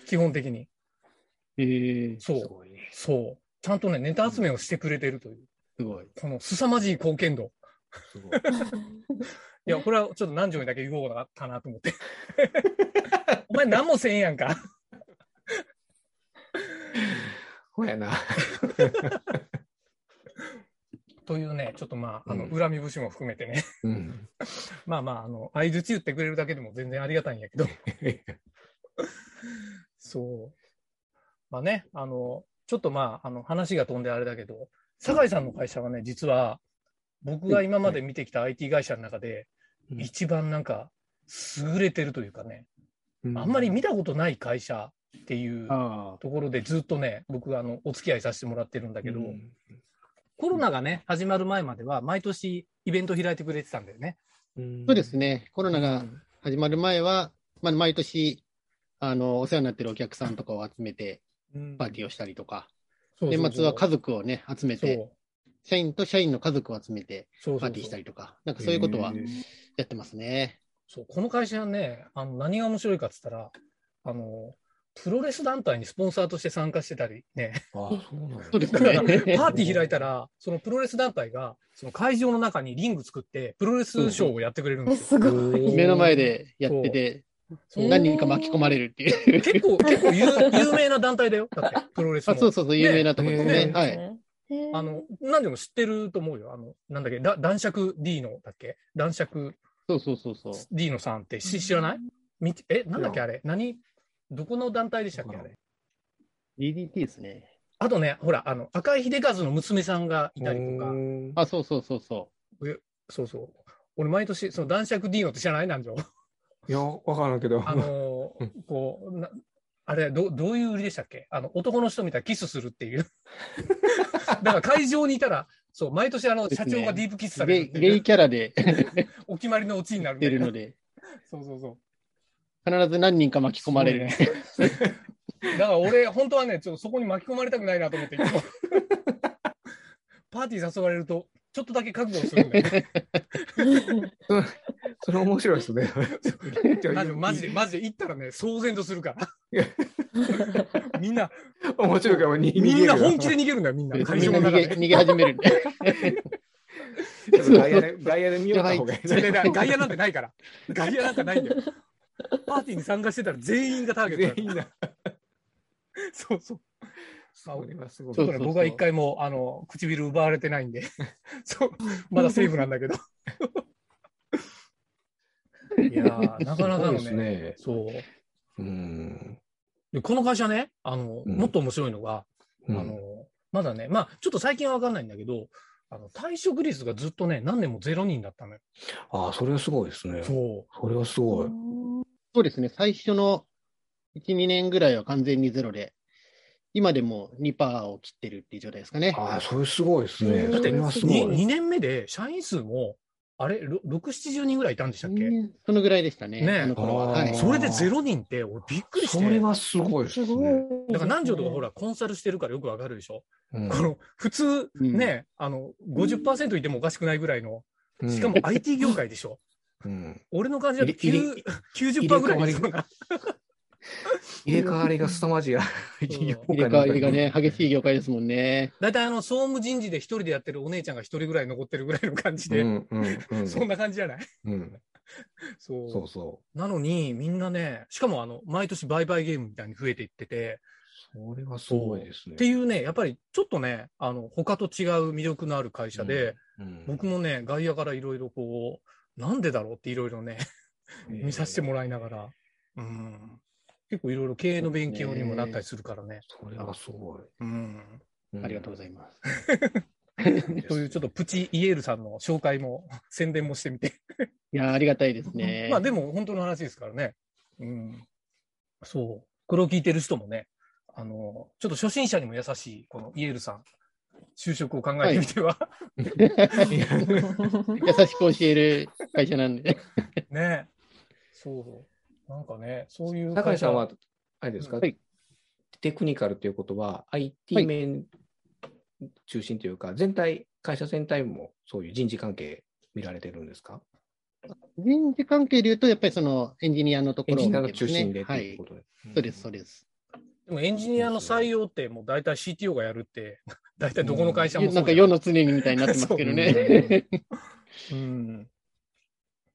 Speaker 7: 基本的に。
Speaker 10: えー、
Speaker 7: そう
Speaker 8: す。ごいね。
Speaker 7: そう。ちゃんとね、ネタ集めをしてくれてるという、
Speaker 10: すごい。
Speaker 7: この凄まじい貢献度。
Speaker 8: すごい。
Speaker 7: いや、これはちょっと南條にだけ言おうかなと思 って。お前何もせんやんか。
Speaker 8: ほやな。
Speaker 7: というね、ちょっとまあ、あの、
Speaker 8: うん
Speaker 7: 恨み節も含めてね。
Speaker 8: うん。
Speaker 7: まあまあ、あの、相づち打ってくれるだけでも全然ありがたいんやけど。そう。まあね、あの、ちょっとまあ、あの、話が飛んであれだけど、酒井さんの会社はね、実は、僕が今まで見てきた IT 会社の中で、
Speaker 8: うん
Speaker 7: 一番なんか、優れてるというかね、あんまり見たことない会社っていう
Speaker 10: あ
Speaker 7: ところでずっとね、僕あの、お付き合いさせてもらってるんだ
Speaker 8: た
Speaker 7: けど、コロナがね、始まる前までは、毎年イベント開いてくれてたんだよね。
Speaker 10: そうです
Speaker 8: ね。
Speaker 10: ね。コロナが始まる前は、まあ、毎年、あの、お世話になってるお客さんとかを集めて、パーティーをしたりとか、
Speaker 7: そうそうそう
Speaker 10: 年末は家族をね、集めて、社員と社員の家族を集めて、
Speaker 7: そうそうそう
Speaker 10: パーティーしたりとか、なんかそういうことは
Speaker 3: へー
Speaker 10: やってますね。
Speaker 7: そう、この会社はね、あの何が面白いかっつったら、あの、プロレス団体にスポンサーとして参加してたりね、
Speaker 8: ああ、そうなんだ
Speaker 10: そうです
Speaker 7: だか
Speaker 10: ね
Speaker 7: ら。 パーティー開いたら、そのプロレス団体が、その会場の中にリング作って、プロレスショーをやってくれるんですよ。
Speaker 9: すごい。
Speaker 10: 目の前でやってて、
Speaker 7: そう
Speaker 10: 何人か巻き込まれるっていう。
Speaker 7: 結構、結構有 有名な団体だよ。だって、プロレス
Speaker 10: あ
Speaker 7: も。
Speaker 10: そうそうそう、有名なとこですね。
Speaker 7: ね
Speaker 10: はい。
Speaker 9: へー
Speaker 7: あの、何でも知ってると思うよ。あの、なんだっけ、だ男爵 D の、だっけ男爵
Speaker 10: そうそうそうそう。
Speaker 7: D のさんってし知らないみえ、なんだっけあれ何どこの団体でしたっけあれ
Speaker 10: DDT ですね。
Speaker 7: あとね、ほら、あの、赤井秀和の娘さんがいたりとか、
Speaker 10: あ、そうそうそうそ
Speaker 7: そうそう。俺、毎年、その男爵 D のって知らないなんじゃ。
Speaker 8: いや、わからんけど。
Speaker 7: あのーこう、なあれど、どういう売りでしたっけあの、男の人みたいにキスするっ ていう。だから会場にいたら、そう、毎年あの、
Speaker 10: です
Speaker 7: 社
Speaker 10: ね
Speaker 7: 長がディープキスさ
Speaker 10: う。ゲ
Speaker 7: れる
Speaker 10: イ
Speaker 7: って
Speaker 10: ゲ
Speaker 7: い
Speaker 10: イ
Speaker 7: う、
Speaker 10: キャラで
Speaker 7: お決まりのオチになるみた
Speaker 10: 出
Speaker 7: いな
Speaker 10: るので、
Speaker 7: そうそうそう。
Speaker 10: 必ず何人か巻き込まれる。
Speaker 7: だから俺、本当はね、ちょっとそこに巻き込まれたくないなと思って、いつ もパーティー誘われると、ちょっとだけ覚悟するんだよね。
Speaker 8: それ面白いですね。
Speaker 7: なんでマジで、マジで行ったらね、騒然とするから。みんな、
Speaker 8: 面白いから、に
Speaker 7: みんな本気
Speaker 8: で。
Speaker 7: で逃げるんだよ、みんな。会
Speaker 10: み
Speaker 7: 場
Speaker 10: んな
Speaker 7: の
Speaker 10: 逃げ
Speaker 7: 中で。
Speaker 10: 逃げ始めるんで。
Speaker 8: 外野で、外野で見よった方がいい
Speaker 7: それでな外野なんてないから。外野なんかないんだよ。パーティーに参加してたら全員がターゲットだ
Speaker 8: 全
Speaker 7: から
Speaker 8: 員な。
Speaker 7: そうそう。
Speaker 8: それはすごい
Speaker 7: ちょっとね、僕は一回も、あの、唇奪われてないんで、 そう、まだセーフなんだけど。いやー、なかなかの
Speaker 8: す
Speaker 7: ね
Speaker 8: ごいですね。
Speaker 7: そう。
Speaker 8: うん。
Speaker 7: で、この会社ね、あの、
Speaker 8: うん
Speaker 7: もっと面白いのが、
Speaker 8: あ
Speaker 7: あの、まだね、まあ、ちょっと最近はわかんないんだけど、あの、退職率がずっとね、何年もゼロ人だったのよ。
Speaker 8: あー、それはすごいですね。
Speaker 7: そ
Speaker 8: それはすごい。
Speaker 10: そうですね、最初の1、2年ぐらいは完全にゼロで、今でも2%を切ってるっていう状態ですかね。
Speaker 8: ああ、それすごいです
Speaker 9: う
Speaker 8: ね。
Speaker 9: ん
Speaker 8: それは
Speaker 7: う。
Speaker 8: すご
Speaker 7: に
Speaker 8: い。
Speaker 7: 2年目で社員数も、あれ、ろ6、70人ぐらいいたんでしたっけ
Speaker 10: うんそのぐらいでしたね、
Speaker 7: ね
Speaker 10: あの頃は。
Speaker 8: あー
Speaker 10: はい、
Speaker 7: それでゼロ人って、俺びっくりして。
Speaker 8: それはすごいですね。
Speaker 9: すごいですね。
Speaker 7: だから南條とかほら、コンサルしてるからよくわかるでしょ、
Speaker 8: うん
Speaker 7: この、普通
Speaker 10: うん
Speaker 7: ね、あの、50%いてもおかしくないぐらいの、
Speaker 8: うん
Speaker 7: しかも IT 業界でしょ
Speaker 8: うん
Speaker 7: 俺の感じだと
Speaker 8: 入れ入
Speaker 7: 9 90%ぐらいですよ
Speaker 8: 入れ替わりが凄まじい。入
Speaker 10: 入れ替わりが。ね、激しい業界ですもんね。
Speaker 7: 大体あの、総務人事で一人でやってるお姉ちゃんが一人ぐらい残ってるぐらいの感じ
Speaker 8: う
Speaker 7: で、
Speaker 8: んうんうん
Speaker 7: そんな感じじゃない
Speaker 8: うん。
Speaker 7: そう
Speaker 8: そうそ
Speaker 7: なのに、みんなね、しかもあの、毎年売買ゲームみたいに増えていってて、
Speaker 8: う。それはすごいですね。
Speaker 7: っていうね、やっぱりちょっとね、あの、他と違う魅力のある会社で、
Speaker 8: うん、
Speaker 7: 僕もね、外野からいろいろこう、なんでだろうっていろいろね、見させてもらいながら、うん、結構いろいろ経営の勉強にもなったりするからね。
Speaker 8: それはすごい。
Speaker 7: うん、
Speaker 10: ありがとうござ
Speaker 8: い
Speaker 10: います。
Speaker 7: というちょっとプチイエールさんの紹介も、宣伝もしてみて。
Speaker 10: いやー、ありがたいですね。
Speaker 7: まあでも本当の話ですからね。うん。そう。これを聞いてる人もね、あの、ちょっと初心者にも優しい、このイエールさん、就職を考えてみては、
Speaker 10: 優しく教える会社なんで。
Speaker 7: ね。そう。なんかね、そういう
Speaker 8: 中井
Speaker 7: 会社
Speaker 8: さんは、あれですか、
Speaker 10: はい
Speaker 8: テクニカルということは、
Speaker 10: は
Speaker 8: IT
Speaker 10: い
Speaker 8: 面中心というか、全体、会社全体もそういう人事関係見られてるんですか
Speaker 10: 人事関係で言うと、やっぱりそのエンジニアのとこ
Speaker 8: エン
Speaker 10: ろを
Speaker 8: ジ
Speaker 10: 見
Speaker 8: ニ
Speaker 10: てますね。
Speaker 8: アの中心でと
Speaker 10: は
Speaker 8: いう
Speaker 10: い
Speaker 8: こ。とで。
Speaker 10: そうです、そうです。
Speaker 7: でもエンジニアの採用ってもう大体 CTO がやるって、 大体どこの会社もそうじ
Speaker 10: な
Speaker 7: ゃ
Speaker 10: ん
Speaker 7: な
Speaker 10: か
Speaker 7: い
Speaker 10: 世の常にみたいになってますけどね。
Speaker 7: うん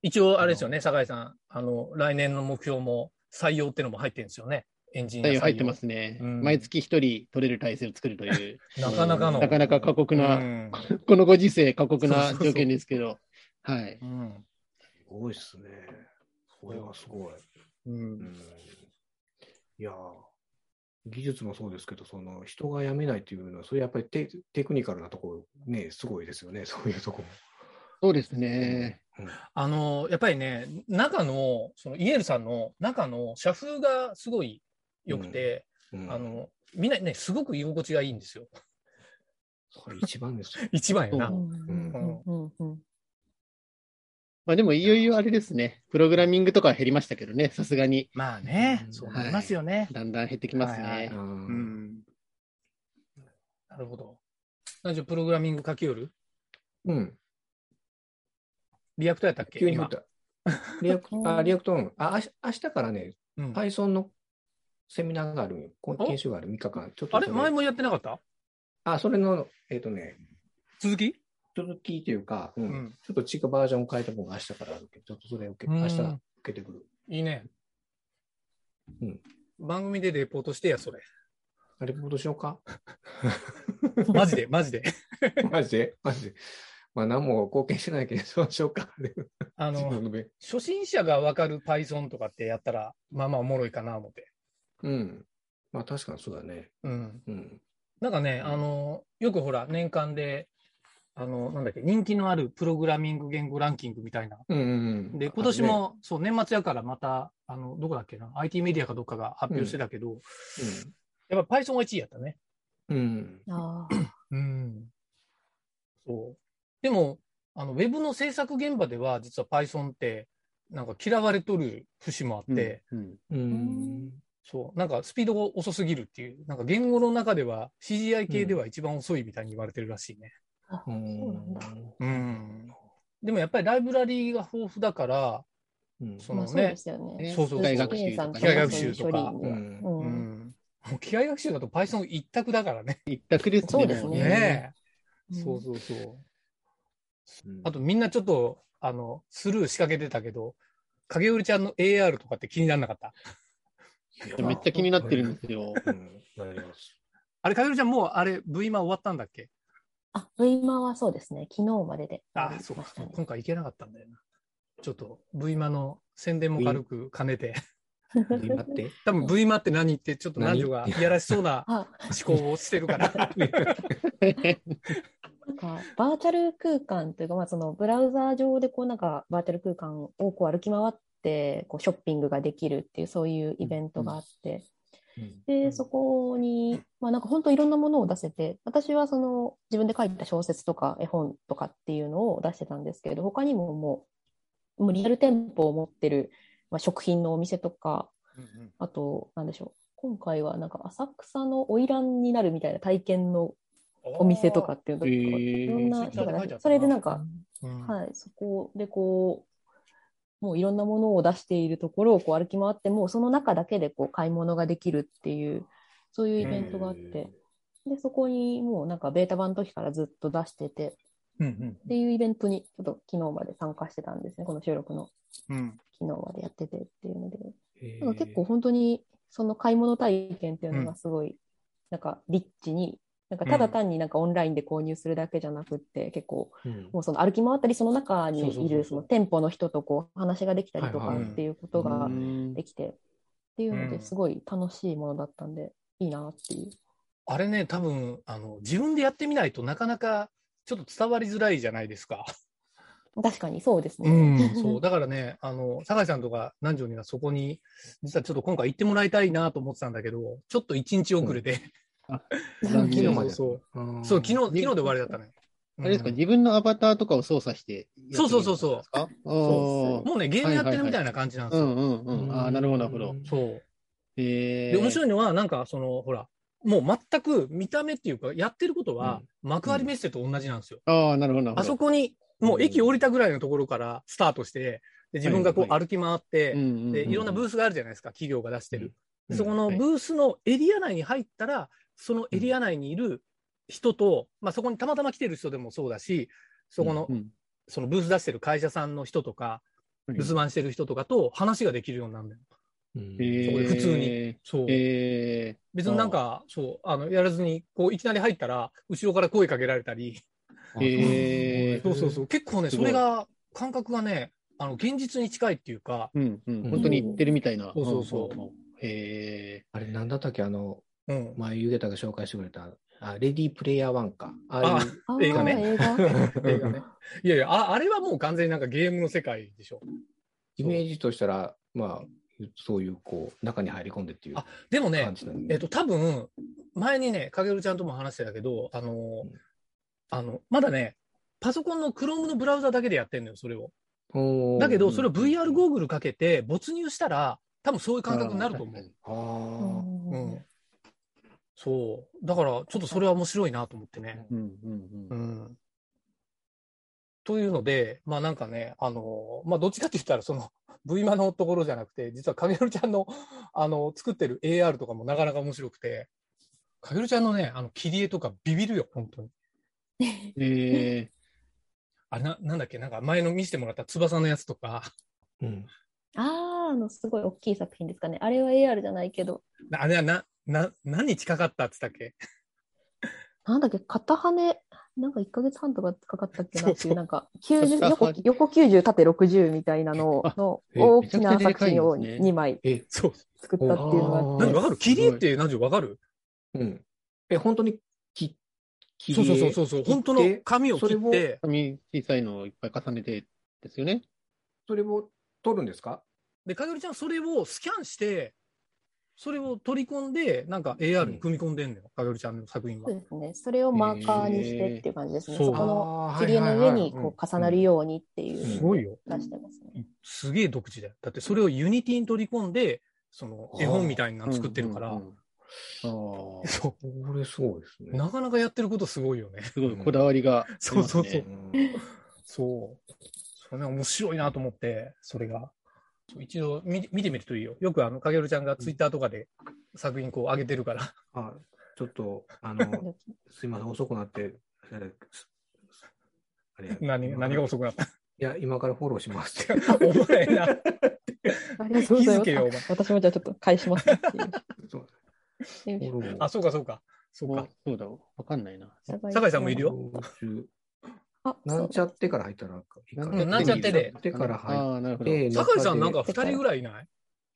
Speaker 7: 一応、あれですよね、酒井さん、あの、来年の目標も採用ってのも入ってるんですよね。エンジニア採用。
Speaker 10: 入ってますね。
Speaker 7: うん
Speaker 10: 毎月一人取れる体制を作るという、
Speaker 7: なかなかの。
Speaker 10: なかなか過酷な
Speaker 7: うん
Speaker 10: このご時世、過酷
Speaker 7: そう
Speaker 10: な
Speaker 7: そうそう
Speaker 10: 条件ですけど、はい。
Speaker 7: うん
Speaker 8: すごいですね。これはすごい。
Speaker 7: うん
Speaker 8: うんいやー技術もそうですけど、その人が辞めないというのは、それやっぱりテテクニカルなところ、ね、すごいですよね、そういうとこ
Speaker 10: そうですね。
Speaker 7: あの、やっぱりね、中の、そのイエルさんの中の社風がすごい良くて、
Speaker 8: ろも。うん
Speaker 7: あ、の、みんなね、すごく居心地がいいんですよ。
Speaker 8: それ一番ですよ。
Speaker 7: 一番やな。
Speaker 9: うんうんうんうん
Speaker 10: まあでも、いよいよあれですね。プログラミングとかは減りましたけどね、さすがに。
Speaker 7: まあね、
Speaker 8: うん
Speaker 7: そうなりますよね。
Speaker 10: だんだん減ってきますね。
Speaker 7: はいは
Speaker 8: う
Speaker 7: い
Speaker 8: ん
Speaker 7: うんなるほど。大丈夫、プログラミング書きよる
Speaker 8: うん、
Speaker 7: リアクトやったっけ
Speaker 8: 急に降
Speaker 7: 今
Speaker 8: った。リアクあリアクトオンあ、あし明日からね、
Speaker 7: うん、
Speaker 8: Python のセミナーがあるんよ、こ
Speaker 7: お
Speaker 8: 研修がある3日間、ちょっと
Speaker 7: あれ
Speaker 8: それ
Speaker 7: 前もやってなかった
Speaker 8: あ、それの、えっ、とね、
Speaker 7: 続き
Speaker 8: 続きというか、うん
Speaker 7: うん
Speaker 8: ちょっと違うバージョンを変えた分が明日からあるけど、ちょっとそれを受け、明日
Speaker 7: う
Speaker 8: 受
Speaker 7: ん
Speaker 8: けてくる。
Speaker 7: いいね。
Speaker 8: うん
Speaker 7: 番組でレポートしてや、それ。
Speaker 8: あレポートしようか
Speaker 7: マジで、マジで。
Speaker 8: マジでマジで。まあ、何も貢献してないけど、 そうしようか。
Speaker 7: あ
Speaker 8: 自分
Speaker 7: の、
Speaker 8: のべ
Speaker 7: 初心者がわかる Python とかってやったら、まあまあおもろいかな思って。
Speaker 8: うん。まあ、確かにそうだね。
Speaker 7: うん。
Speaker 8: うん。
Speaker 7: なんかね、あの、よくほら、年間で、あの、なんだっけ、人気のあるプログラミング言語ランキングみたいな。
Speaker 8: うんうんうん。
Speaker 7: で、今年も、そう、年末やからまた、あの、どこだっけな、IT メディアかどっかが発表してたけど、
Speaker 8: あね。
Speaker 7: やっぱ Python が1位やったね。
Speaker 8: うん。うん。
Speaker 9: あ
Speaker 7: うん。そう。でも、あの、ウェブの制作現場では、実は Python って、なんか嫌われとる節もあって、
Speaker 10: うんうん
Speaker 8: うん。
Speaker 7: そう、なんかスピードが遅すぎるっていう、なんか言語の中では CGI 系では一番遅いみたいに言われてるらしいね。
Speaker 8: う
Speaker 9: そうなん
Speaker 8: ん
Speaker 9: だ
Speaker 7: うん。でもやっぱりライブラリーが豊富だから、
Speaker 8: うん
Speaker 9: あ、
Speaker 7: そ
Speaker 9: ま
Speaker 7: の
Speaker 9: あそうで
Speaker 7: ね、
Speaker 9: すよね。
Speaker 10: ね
Speaker 7: そうそうそう
Speaker 10: 機械学習とか、
Speaker 7: 機械学習とか
Speaker 9: そういう処理には
Speaker 8: うん
Speaker 9: う
Speaker 7: うんん。もう機械学習だと Python 一択だからね。
Speaker 10: 一択ですね。
Speaker 9: そうです
Speaker 10: も
Speaker 9: ね
Speaker 7: ねえ。
Speaker 9: うん
Speaker 7: そうそうそう。あとみんなちょっと、あの、スルー仕掛けてたけど、影織ちゃんの AR とかって気にならなかった。
Speaker 10: うめっちゃ気になってるんですよ。
Speaker 8: うんなります。
Speaker 7: あれ、影織ちゃんもうあれ、V マ終わったんだっけ
Speaker 9: あ、V マはそうですね。昨日までで。
Speaker 7: ああ、そうか。そう今回行けなかったんだよな。ちょっと V マの宣伝も軽く兼ねて、
Speaker 8: 今って。
Speaker 7: 多分 V マって何ってちょっと
Speaker 8: 何
Speaker 7: 男女がいやらしそう な
Speaker 9: あ、
Speaker 7: 思考をしてるから。
Speaker 9: なんか、バーチャル空間というか、まあ、そのブラウザー上で、こう、なんか、バーチャル空間をこう歩き回って、こう、ショッピングができるっていう、そういうイベントがあって、で、そこに、まあ、なんか、本当いろんなものを出せて、私は、その、自分で書いた小説とか、絵本とかっていうのを出してたんですけれど、他にももう、もうリアル店舗を持ってる、まあ、食品のお店とか、あと、なんでしょう。今回はなんか浅草の花魁になるみたいな体験の お店とかっていうのとか、
Speaker 10: へー
Speaker 9: いろんな人が出して、それでなんか、、
Speaker 7: うん
Speaker 9: はい、そこでこう、もういろんなものを出しているところをこう歩き回って、もうその中だけでこう買い物ができるっていう、そういうイベントがあって、で、そこにもうなんかベータ版の時からずっと出してて、
Speaker 7: うん
Speaker 9: っていうイベントにちょっと昨日まで参加してたんですね、この収録の
Speaker 7: うんうん
Speaker 9: 昨日までやっててっていうので、
Speaker 8: へー
Speaker 9: なんか結構、本当にその買い物体験っていうのがすごい、なんかリッチに、なんかただ単になんかオンラインで購入するだけじゃなくって、結構
Speaker 8: うん
Speaker 9: もうその歩き回ったり、その中に
Speaker 8: そうそうそ
Speaker 9: い
Speaker 8: うそう
Speaker 9: るその店舗の人とこう話ができたりと
Speaker 8: は
Speaker 9: か
Speaker 8: い
Speaker 9: っ
Speaker 8: はい
Speaker 9: ていうこと が
Speaker 10: うん
Speaker 9: できて、っていうの
Speaker 7: うん
Speaker 9: ですごい楽しいものだったんで、いいなっていう。
Speaker 7: あれね、多分、あの、自分でやってみないとなかなか、ちちょっと伝わりづらいじゃないですか。
Speaker 9: 確かにそうです
Speaker 7: う
Speaker 9: ね。
Speaker 7: ん、そう。だからね、あの、酒井さんとか南條にはそこに、実はちょっと今回行ってもらいたいなと思ってたんだけど、ちょっと一日遅れて、
Speaker 10: うん
Speaker 8: 昨日まで
Speaker 7: そう
Speaker 8: うん
Speaker 7: そう、昨日、昨日で終わりだったね。
Speaker 10: あれですか、
Speaker 7: うん
Speaker 10: 自分のアバターとかを操作してやってみる
Speaker 7: そうそうそう
Speaker 10: ですか
Speaker 5: そ
Speaker 7: もうね、ゲームやってるみたいな感じなん
Speaker 10: あーう
Speaker 7: ですよ。
Speaker 10: んうんうん。ああ、なるほど、なるほど。
Speaker 7: そう。
Speaker 10: え
Speaker 7: で、面白いのは、なんか、その、ほら、もう全く見た目っていうか、やってることは、幕張メッセと同じなんですよ。
Speaker 10: ああ、なるほど、なるほど。
Speaker 7: あそこに、もう駅降りたぐらいのところからスタートして、で自分がこ
Speaker 10: は
Speaker 7: う
Speaker 10: いは
Speaker 7: 歩き回って、
Speaker 10: うん
Speaker 7: で、いろんなブ
Speaker 10: ー
Speaker 7: ースがあるじゃないですか、企業が出してる。
Speaker 10: うん
Speaker 7: でそこの
Speaker 10: はい
Speaker 7: ブースのエリア内に入ったら、そのエリア内にいる人と、まあ、そこにたまたま来てる人でもそうだし、そこの、そのブース出してる会社さんの人とか、
Speaker 10: はい
Speaker 7: 留守番してる人とかと話ができるようになるんだよ。
Speaker 8: うん
Speaker 7: そこで普通に
Speaker 10: に。
Speaker 7: そう。
Speaker 10: え
Speaker 7: 別になんか、そう、あの、やらずに、こう、いきなり入ったら、後ろから声かけられたり、
Speaker 10: ー、えー
Speaker 7: そうそうそう、結構ね、
Speaker 10: す
Speaker 7: そ
Speaker 10: ごい
Speaker 7: れが、感覚がね、あの、現実に近いっていうか、
Speaker 10: うんうん。本当に行ってるみたいな。
Speaker 7: そうそうそうん
Speaker 10: んん。え
Speaker 8: あれ、なんだったっけ、あの、
Speaker 7: うん。
Speaker 8: 前、ゆげたが紹介してくれた、あ、レディープレイヤー1か。ああいう
Speaker 9: あ
Speaker 7: 映画ね
Speaker 9: ー映画。
Speaker 7: 映画ね。いやいや、ああれはもう完全になんかゲームの世界でしょ。
Speaker 8: イメージとしたら、まあ、そういう、こう、中に入り込んでっていう
Speaker 7: あでもね
Speaker 8: 感、じなん
Speaker 7: え
Speaker 8: で
Speaker 7: っと、多分、前にね、かげるちゃんとも話してたけど、あの
Speaker 8: うん、
Speaker 7: あの、まだね、パソコンの Chrome のブラウザだけでやってんのよ、それを。
Speaker 8: おー
Speaker 7: だけど、それを VR ゴーグルかけて没入したら、多分そういう感覚になると思う。
Speaker 8: あ
Speaker 9: う
Speaker 8: ー
Speaker 9: ん
Speaker 7: うん。そう。だから、ちょっとそれは面白いなと思ってね。
Speaker 10: ー。うんうん
Speaker 7: う
Speaker 10: うん。
Speaker 7: ん。というので、まあなんかね、あの、まあどっちかって言ったら、その、V マのところじゃなくて、実はかげるちゃんの、 あの、作ってる AR とかもなかなか面白くて、かげるちゃんのね、あの、切り絵とかビビるよ、本当に。
Speaker 10: え
Speaker 7: あれな、なんだっけ、なんか前の見せてもらった翼のやつとか、
Speaker 8: うん
Speaker 9: あー、あの、すごい大きい作品ですかね。あれは AR じゃないけど、
Speaker 7: なあれはな、な、何に近かったって言ったっけ
Speaker 9: なんだっけ、片羽、なんか1ヶ月半とかかかったっけな
Speaker 7: そう
Speaker 9: って
Speaker 7: そ
Speaker 9: いうう、なんか、90
Speaker 10: 片
Speaker 9: 横
Speaker 10: 羽
Speaker 9: 横90、縦60みたいなの
Speaker 10: あ
Speaker 9: の
Speaker 8: え
Speaker 9: 大き
Speaker 10: め
Speaker 9: な
Speaker 10: ちゃくちゃ
Speaker 9: 作
Speaker 10: でかいんですね
Speaker 9: 品を2枚
Speaker 8: え、
Speaker 7: そう。
Speaker 9: 作ったっていうのが、
Speaker 7: 何わか
Speaker 8: る
Speaker 7: る切り絵って何時わかる
Speaker 8: うん。え、本当に、き、切
Speaker 7: そう
Speaker 8: り絵
Speaker 7: そうそうそう。本当の紙を切
Speaker 8: そ
Speaker 7: っ
Speaker 8: れ
Speaker 7: て、
Speaker 10: 紙小さいのをいっぱい重ねてですよね。
Speaker 8: それを撮るんですか
Speaker 7: で、かげるちゃんそれをスキャンして、それを取り込んで、なんか AR に組み込んでんのよ、かげるちゃんの作品は
Speaker 9: そう。ですね。それをマーカーにしてっていう感じですね。
Speaker 7: へー
Speaker 9: そこの切り絵の上にこう重なる
Speaker 8: よ
Speaker 9: ようにっていう、
Speaker 8: す
Speaker 7: ごいよ。
Speaker 9: 出してますね。
Speaker 7: すげえ独自だよ。だってそれをユニティに取り込んで、その
Speaker 8: あー
Speaker 7: 絵本みたいなの作ってるから、
Speaker 10: うんうんうん。 ああ、
Speaker 7: そ
Speaker 8: うん。これすごいです
Speaker 7: う。
Speaker 8: ね。
Speaker 7: なかなかやってることすごいよね。
Speaker 10: すごいこだわりがありますね。
Speaker 7: そうそうそう
Speaker 8: うん
Speaker 7: そう。それね、面白いなと思って、それが。そう一度見見てみるといいよ。よくあの、かげるちゃんがツイッターとかで作品こう上げてるから。
Speaker 8: あ、ちょっと、あの、 すいません、遅くなって、えーすすあれ
Speaker 7: 何が、何が遅くなった
Speaker 8: いや、今からフォローします。
Speaker 7: お前な。
Speaker 9: ありがとうござい
Speaker 7: 気づ
Speaker 9: ま
Speaker 7: け
Speaker 9: す。
Speaker 7: よお前
Speaker 9: あ私もじゃあちょっと返しますっていう。
Speaker 8: そう
Speaker 9: よい
Speaker 8: フ
Speaker 9: し
Speaker 8: ォ
Speaker 9: ょ
Speaker 8: ロー
Speaker 7: あ、そうかそうか。そう
Speaker 10: そう
Speaker 7: か
Speaker 10: か。そうだ、わかんないな。
Speaker 7: 酒井さんもいるよ
Speaker 8: フォロー中
Speaker 9: あ、
Speaker 8: なんち
Speaker 9: ゃ
Speaker 8: ゃってから入ったらいいか
Speaker 7: うんなんちゃってで
Speaker 8: なんちゃってから入っ
Speaker 10: ああ、なるほど。
Speaker 8: て、
Speaker 7: 酒井さんなん
Speaker 8: 中
Speaker 7: か二人ぐらいいない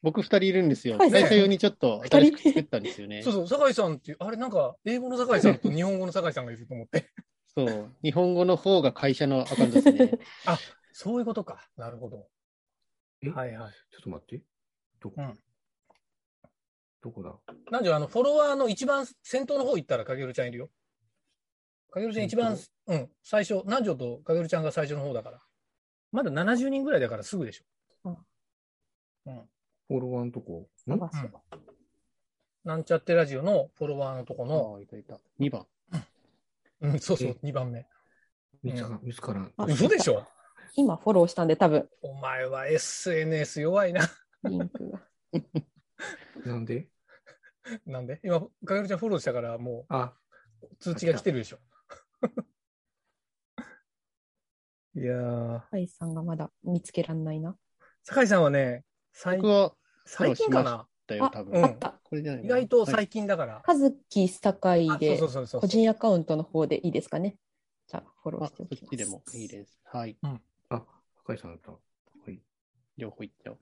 Speaker 10: 僕二人いるんですよ。
Speaker 9: はい
Speaker 10: 会社用にちょっと
Speaker 9: 二
Speaker 10: 新
Speaker 9: 人
Speaker 10: しく作ったんですよね。
Speaker 7: そうそう、酒井さんっていう、あれなんか、英語の酒井さんと日本語の酒井さんがいると思って。
Speaker 10: そう。日本語の方が会社のアカウントですね。
Speaker 7: そういうことか。なるほど。
Speaker 8: え
Speaker 7: はいはい。
Speaker 8: ちょっと待って。どこ
Speaker 7: うん
Speaker 8: どこだ
Speaker 7: なんで、あの、フォロワーの一番先頭の方行ったら、かげるちゃんいるよ。かげるちゃん一番、うん、最初、南條とかげるちゃんが最初の方だから。まだ70人ぐらいだからすぐでしょ。
Speaker 8: フォロワーのとこ。ん
Speaker 9: あ、そうか
Speaker 7: なんちゃってラジオのフォロワーのとこ の、
Speaker 10: ああ、いたいた。2番。
Speaker 7: うん、そうそう
Speaker 8: え、
Speaker 7: 2番目。
Speaker 8: 見つか見つからん。
Speaker 9: あ
Speaker 7: 嘘でしょ
Speaker 9: 今フォローしたんで多分、
Speaker 7: お前は SNS 弱いな。
Speaker 9: リンクが。
Speaker 8: なんで
Speaker 7: なんで今、かげるちゃんフォローしたから、も
Speaker 8: あ、
Speaker 7: う通知が来てるでしょ。 いやー、
Speaker 9: 酒井さんがまだ見つけらんないな。
Speaker 7: 酒井さんはね、最
Speaker 10: 僕は
Speaker 7: 最近かな
Speaker 10: だ
Speaker 9: あ
Speaker 10: よ、多
Speaker 7: う
Speaker 10: 分。
Speaker 7: ん
Speaker 9: あった。
Speaker 10: これじゃない
Speaker 7: 意
Speaker 10: かな
Speaker 7: 外と
Speaker 10: は
Speaker 7: 最
Speaker 10: い
Speaker 7: 近だから。
Speaker 9: 和樹酒井
Speaker 7: あ
Speaker 9: で
Speaker 7: そう、そうそうそ
Speaker 9: 個
Speaker 7: うそう。
Speaker 9: 人アカウントの方でいいですかね。じゃあ、フォロー
Speaker 10: あ
Speaker 9: してお
Speaker 10: そ
Speaker 9: き
Speaker 10: っ
Speaker 9: ます。
Speaker 10: ちでもいいです。はい。
Speaker 8: あ、高井さんだった。はい。
Speaker 10: 両方いっちゃおう。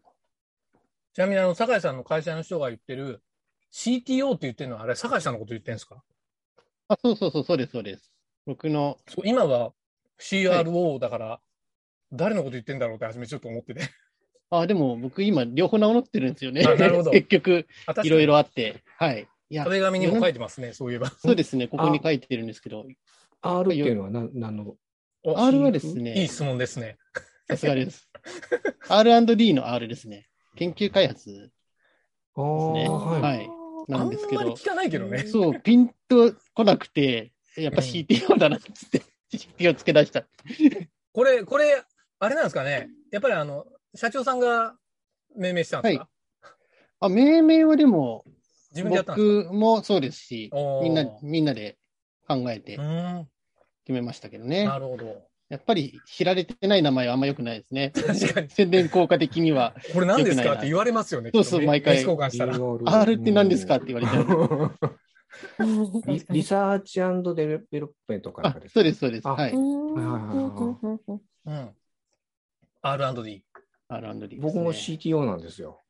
Speaker 7: ちなみに、あの、酒井さんの会社の人が言ってる、CTO って言ってるのは、あれ、酒井さんのこと言ってるんですか
Speaker 10: あ、そうそうそう、そうです、そうです。僕の、
Speaker 7: そう今は CRO だから、誰のこと言ってんだろうって初めちょっと思ってて。
Speaker 10: あ、でも僕今両方名乗ってるんですよね。
Speaker 7: あなるほ ど
Speaker 10: 結局、 いろい
Speaker 7: ろ。
Speaker 10: ろあって。はい。いや、
Speaker 7: 壁紙にも書いてますね、そういえば。
Speaker 10: そうですね、ここに書いてるんですけど、
Speaker 8: R っていうのは何何の
Speaker 7: お
Speaker 10: R はですね
Speaker 7: いい質問ですね。
Speaker 10: さすが です。R&D の R ですね。研究開発
Speaker 8: あ
Speaker 10: です
Speaker 8: あ、
Speaker 10: ね。
Speaker 8: はい。
Speaker 10: はい。なんですけ
Speaker 7: あんまり
Speaker 10: ど
Speaker 7: 聞、かないけどね。
Speaker 10: そう、ピンとこなくて、やっぱ
Speaker 7: うん
Speaker 10: CTO だなっつって、CTO つけ出した。
Speaker 7: これ、これ、あれなんですかね。やっぱりあの、社長さんが命名したんですか、
Speaker 10: はあ、命名はでも、
Speaker 7: 自分でやったんですか
Speaker 10: 僕もそうですし、
Speaker 7: おー
Speaker 10: みんな、みんなで考えて
Speaker 7: う
Speaker 10: 決
Speaker 7: ーん、
Speaker 10: めましたけどね。
Speaker 7: なるほど。
Speaker 10: やっぱり知られてない名前はあんま良くないですね。
Speaker 7: 確かに。
Speaker 10: 宣伝効果的には、
Speaker 7: これ何です
Speaker 10: よくな
Speaker 7: か
Speaker 10: いな
Speaker 7: って言われますよね。
Speaker 10: そうそう
Speaker 7: きっと
Speaker 10: 毎回
Speaker 7: 名刺交換したら。
Speaker 10: R って何ですかって言われてる。
Speaker 8: リリサーチデベロップメントかなん
Speaker 10: あ
Speaker 8: かです。
Speaker 10: そうです、そうです。
Speaker 8: あ
Speaker 10: はい。
Speaker 8: はいはいはいは
Speaker 7: うん。R&D。
Speaker 10: R&D です
Speaker 8: 僕
Speaker 10: ね。
Speaker 8: も CTO なんですよ。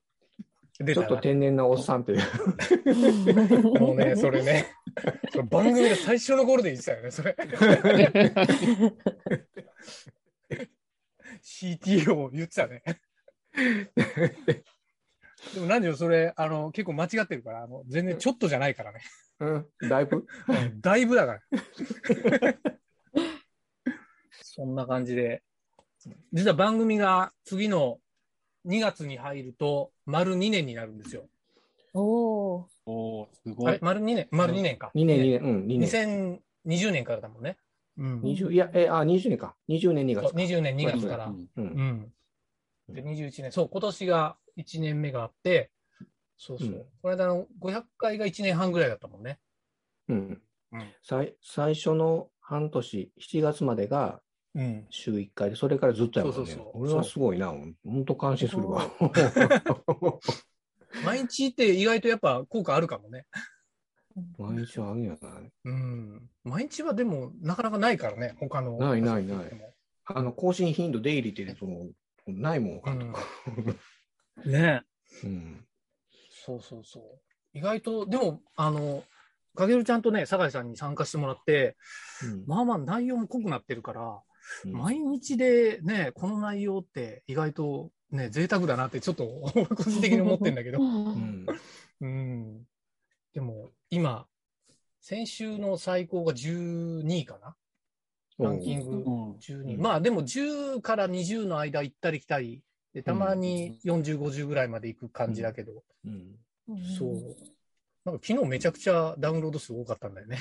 Speaker 7: 出た
Speaker 8: ちょっと
Speaker 7: な
Speaker 8: 天然なおっさんっていう。
Speaker 7: もうね、それね。それ番組で最初の頃で言ってたよね、それ。CTO を言ってたね。でも何よ、それ、あの、結構間違ってるから、あの全然ちょっとじゃないからね。
Speaker 8: うん、 だいぶ。
Speaker 7: だいぶだから。 そんな感じで。実は番組が次の2月に入ると、丸2年になるんですよ。
Speaker 9: おー
Speaker 10: おーすご
Speaker 7: あれ
Speaker 10: い。
Speaker 7: 丸2年丸2年か。
Speaker 8: 2年、2年、うん、2年。
Speaker 7: 2020年からだもんね。うん。
Speaker 8: 20いや、え、あ、20年か。20年2
Speaker 7: そう
Speaker 8: 月か。
Speaker 7: 20年2月から。
Speaker 10: うん
Speaker 8: う。
Speaker 7: うんん。で、21年、そう、今年が1年目があって、そうそう。
Speaker 8: うん
Speaker 7: この間の500回が1年半ぐらいだったもんね。
Speaker 8: うん
Speaker 7: うん。
Speaker 8: 最最初の半年、7月までが
Speaker 7: うん。
Speaker 8: 週1回で、それからずっとやもんね。
Speaker 7: そうそうそう
Speaker 8: 俺はすごいな。ほんと感心するわ。
Speaker 7: 毎日って意外とやっぱ効果あるかもね。
Speaker 8: 毎日あげやない。
Speaker 7: うん。毎日はでも、なかなかないからね、他の。
Speaker 8: ないないないあの、更新頻度、出入りって、その、ないもん
Speaker 7: う
Speaker 8: かと
Speaker 7: ん
Speaker 8: か。、
Speaker 7: ね
Speaker 8: うん。
Speaker 7: そうそうそう。意外と、でも、あの、かげるちゃんとね、酒井さんに参加してもらって、
Speaker 8: うん
Speaker 7: まあまあ内容も濃くなってるから、
Speaker 8: うん
Speaker 7: 毎日でね、この内容って意外とね、贅沢だなってちょっと個人的に思ってんだけ ど。
Speaker 8: うん
Speaker 7: うん。でも、今、先週の最高が12位かなランキング12位。
Speaker 8: うん
Speaker 7: まあでも10から20の間行ったり来たり、でたまに40、50ぐらいまで行く感じだけど、
Speaker 8: うん
Speaker 7: そう。 なんか昨日めちゃくちゃダウンロード数多かったんだよね。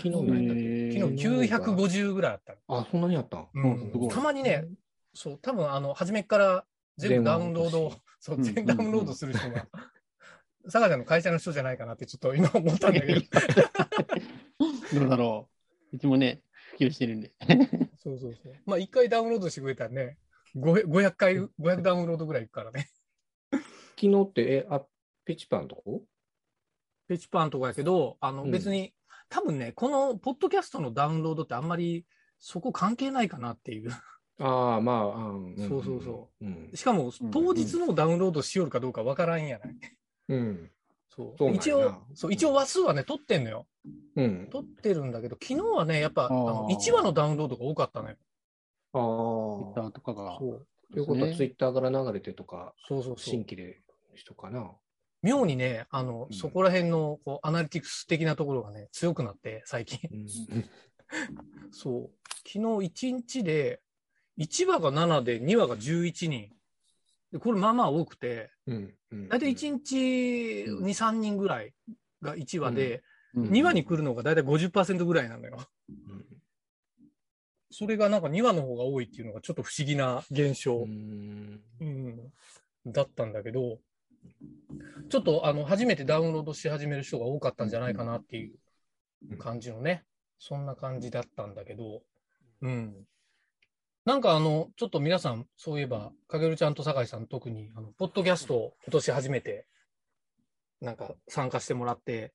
Speaker 8: 昨日
Speaker 10: へ
Speaker 8: 何やったっ
Speaker 10: ー
Speaker 7: 昨日950ぐらいあったの。
Speaker 8: けあ、そんなにやった
Speaker 7: うん
Speaker 10: うんすごい
Speaker 7: たまにね、そう、多分あの、初めから全部ダウンロードを、そう、
Speaker 10: うん
Speaker 7: 全ダウンロードする人が、佐賀ちゃんの会社の人じゃないかなってちょっと今思ったんだけど、
Speaker 10: どうだろう。うちもね、普及してるんで。
Speaker 7: そうそうそう。まあ、一回ダウンロードしてくれたらね、500 500回、500ダウンロードぐらいいくからね。
Speaker 8: 昨日って、え、あ、ペチパンとこ
Speaker 7: ペチパンとかやけど、あの、
Speaker 8: うん
Speaker 7: 別に、多分ね、このポッドキャストのダウンロードってあんまりそこ関係ないかなっていう。
Speaker 8: ああ、まあ、あん
Speaker 7: そうそうそ
Speaker 8: うん。
Speaker 7: しか
Speaker 10: う
Speaker 7: も
Speaker 10: ん、
Speaker 7: 当日のダウンロードしよるかどうかわからんやない。
Speaker 8: うん。
Speaker 7: そう
Speaker 8: そうなんやな
Speaker 7: 一応、そう、一応話数はね、取ってんのよ。
Speaker 8: うん。
Speaker 7: 撮ってるんだけど、昨日はね、やっぱ、あ
Speaker 10: ー
Speaker 7: の1話のダウンロードが多かったのよ。
Speaker 8: ああ。
Speaker 10: Twitter とかが。
Speaker 7: そう
Speaker 8: ということは、ツイッターから流れてとか、
Speaker 7: そうそうそ
Speaker 8: 新
Speaker 7: う。
Speaker 8: 規で人かな。
Speaker 7: 妙にね、あの、
Speaker 8: うん
Speaker 7: そこら辺の、こう、アナリティクス的なところがね、強くなって、最近。
Speaker 8: うん
Speaker 7: そう。昨日1日で、1話が7で、2話が11人。で、これまあまあ多くて、
Speaker 8: うん。うん
Speaker 7: 大体1日2、
Speaker 10: うん
Speaker 7: 3人ぐらいが1話で、
Speaker 10: うん
Speaker 7: 2話に来るのが大体50%ぐらいなのよ。それがなんか2話の方が多いっていうのがちょっと不思議な現象。
Speaker 8: うん。
Speaker 7: うん、だったんだけど、ちょっとあの初めてダウンロードし始める人が多かったんじゃないかなっていう感じのね、そんな感じだったんだけど、うん。なんかあの、ちょっと皆さん、そういえば、かげるちゃんと酒井さん、特に、あの、ポッドキャストを今年初めて、なんか参加してもらって、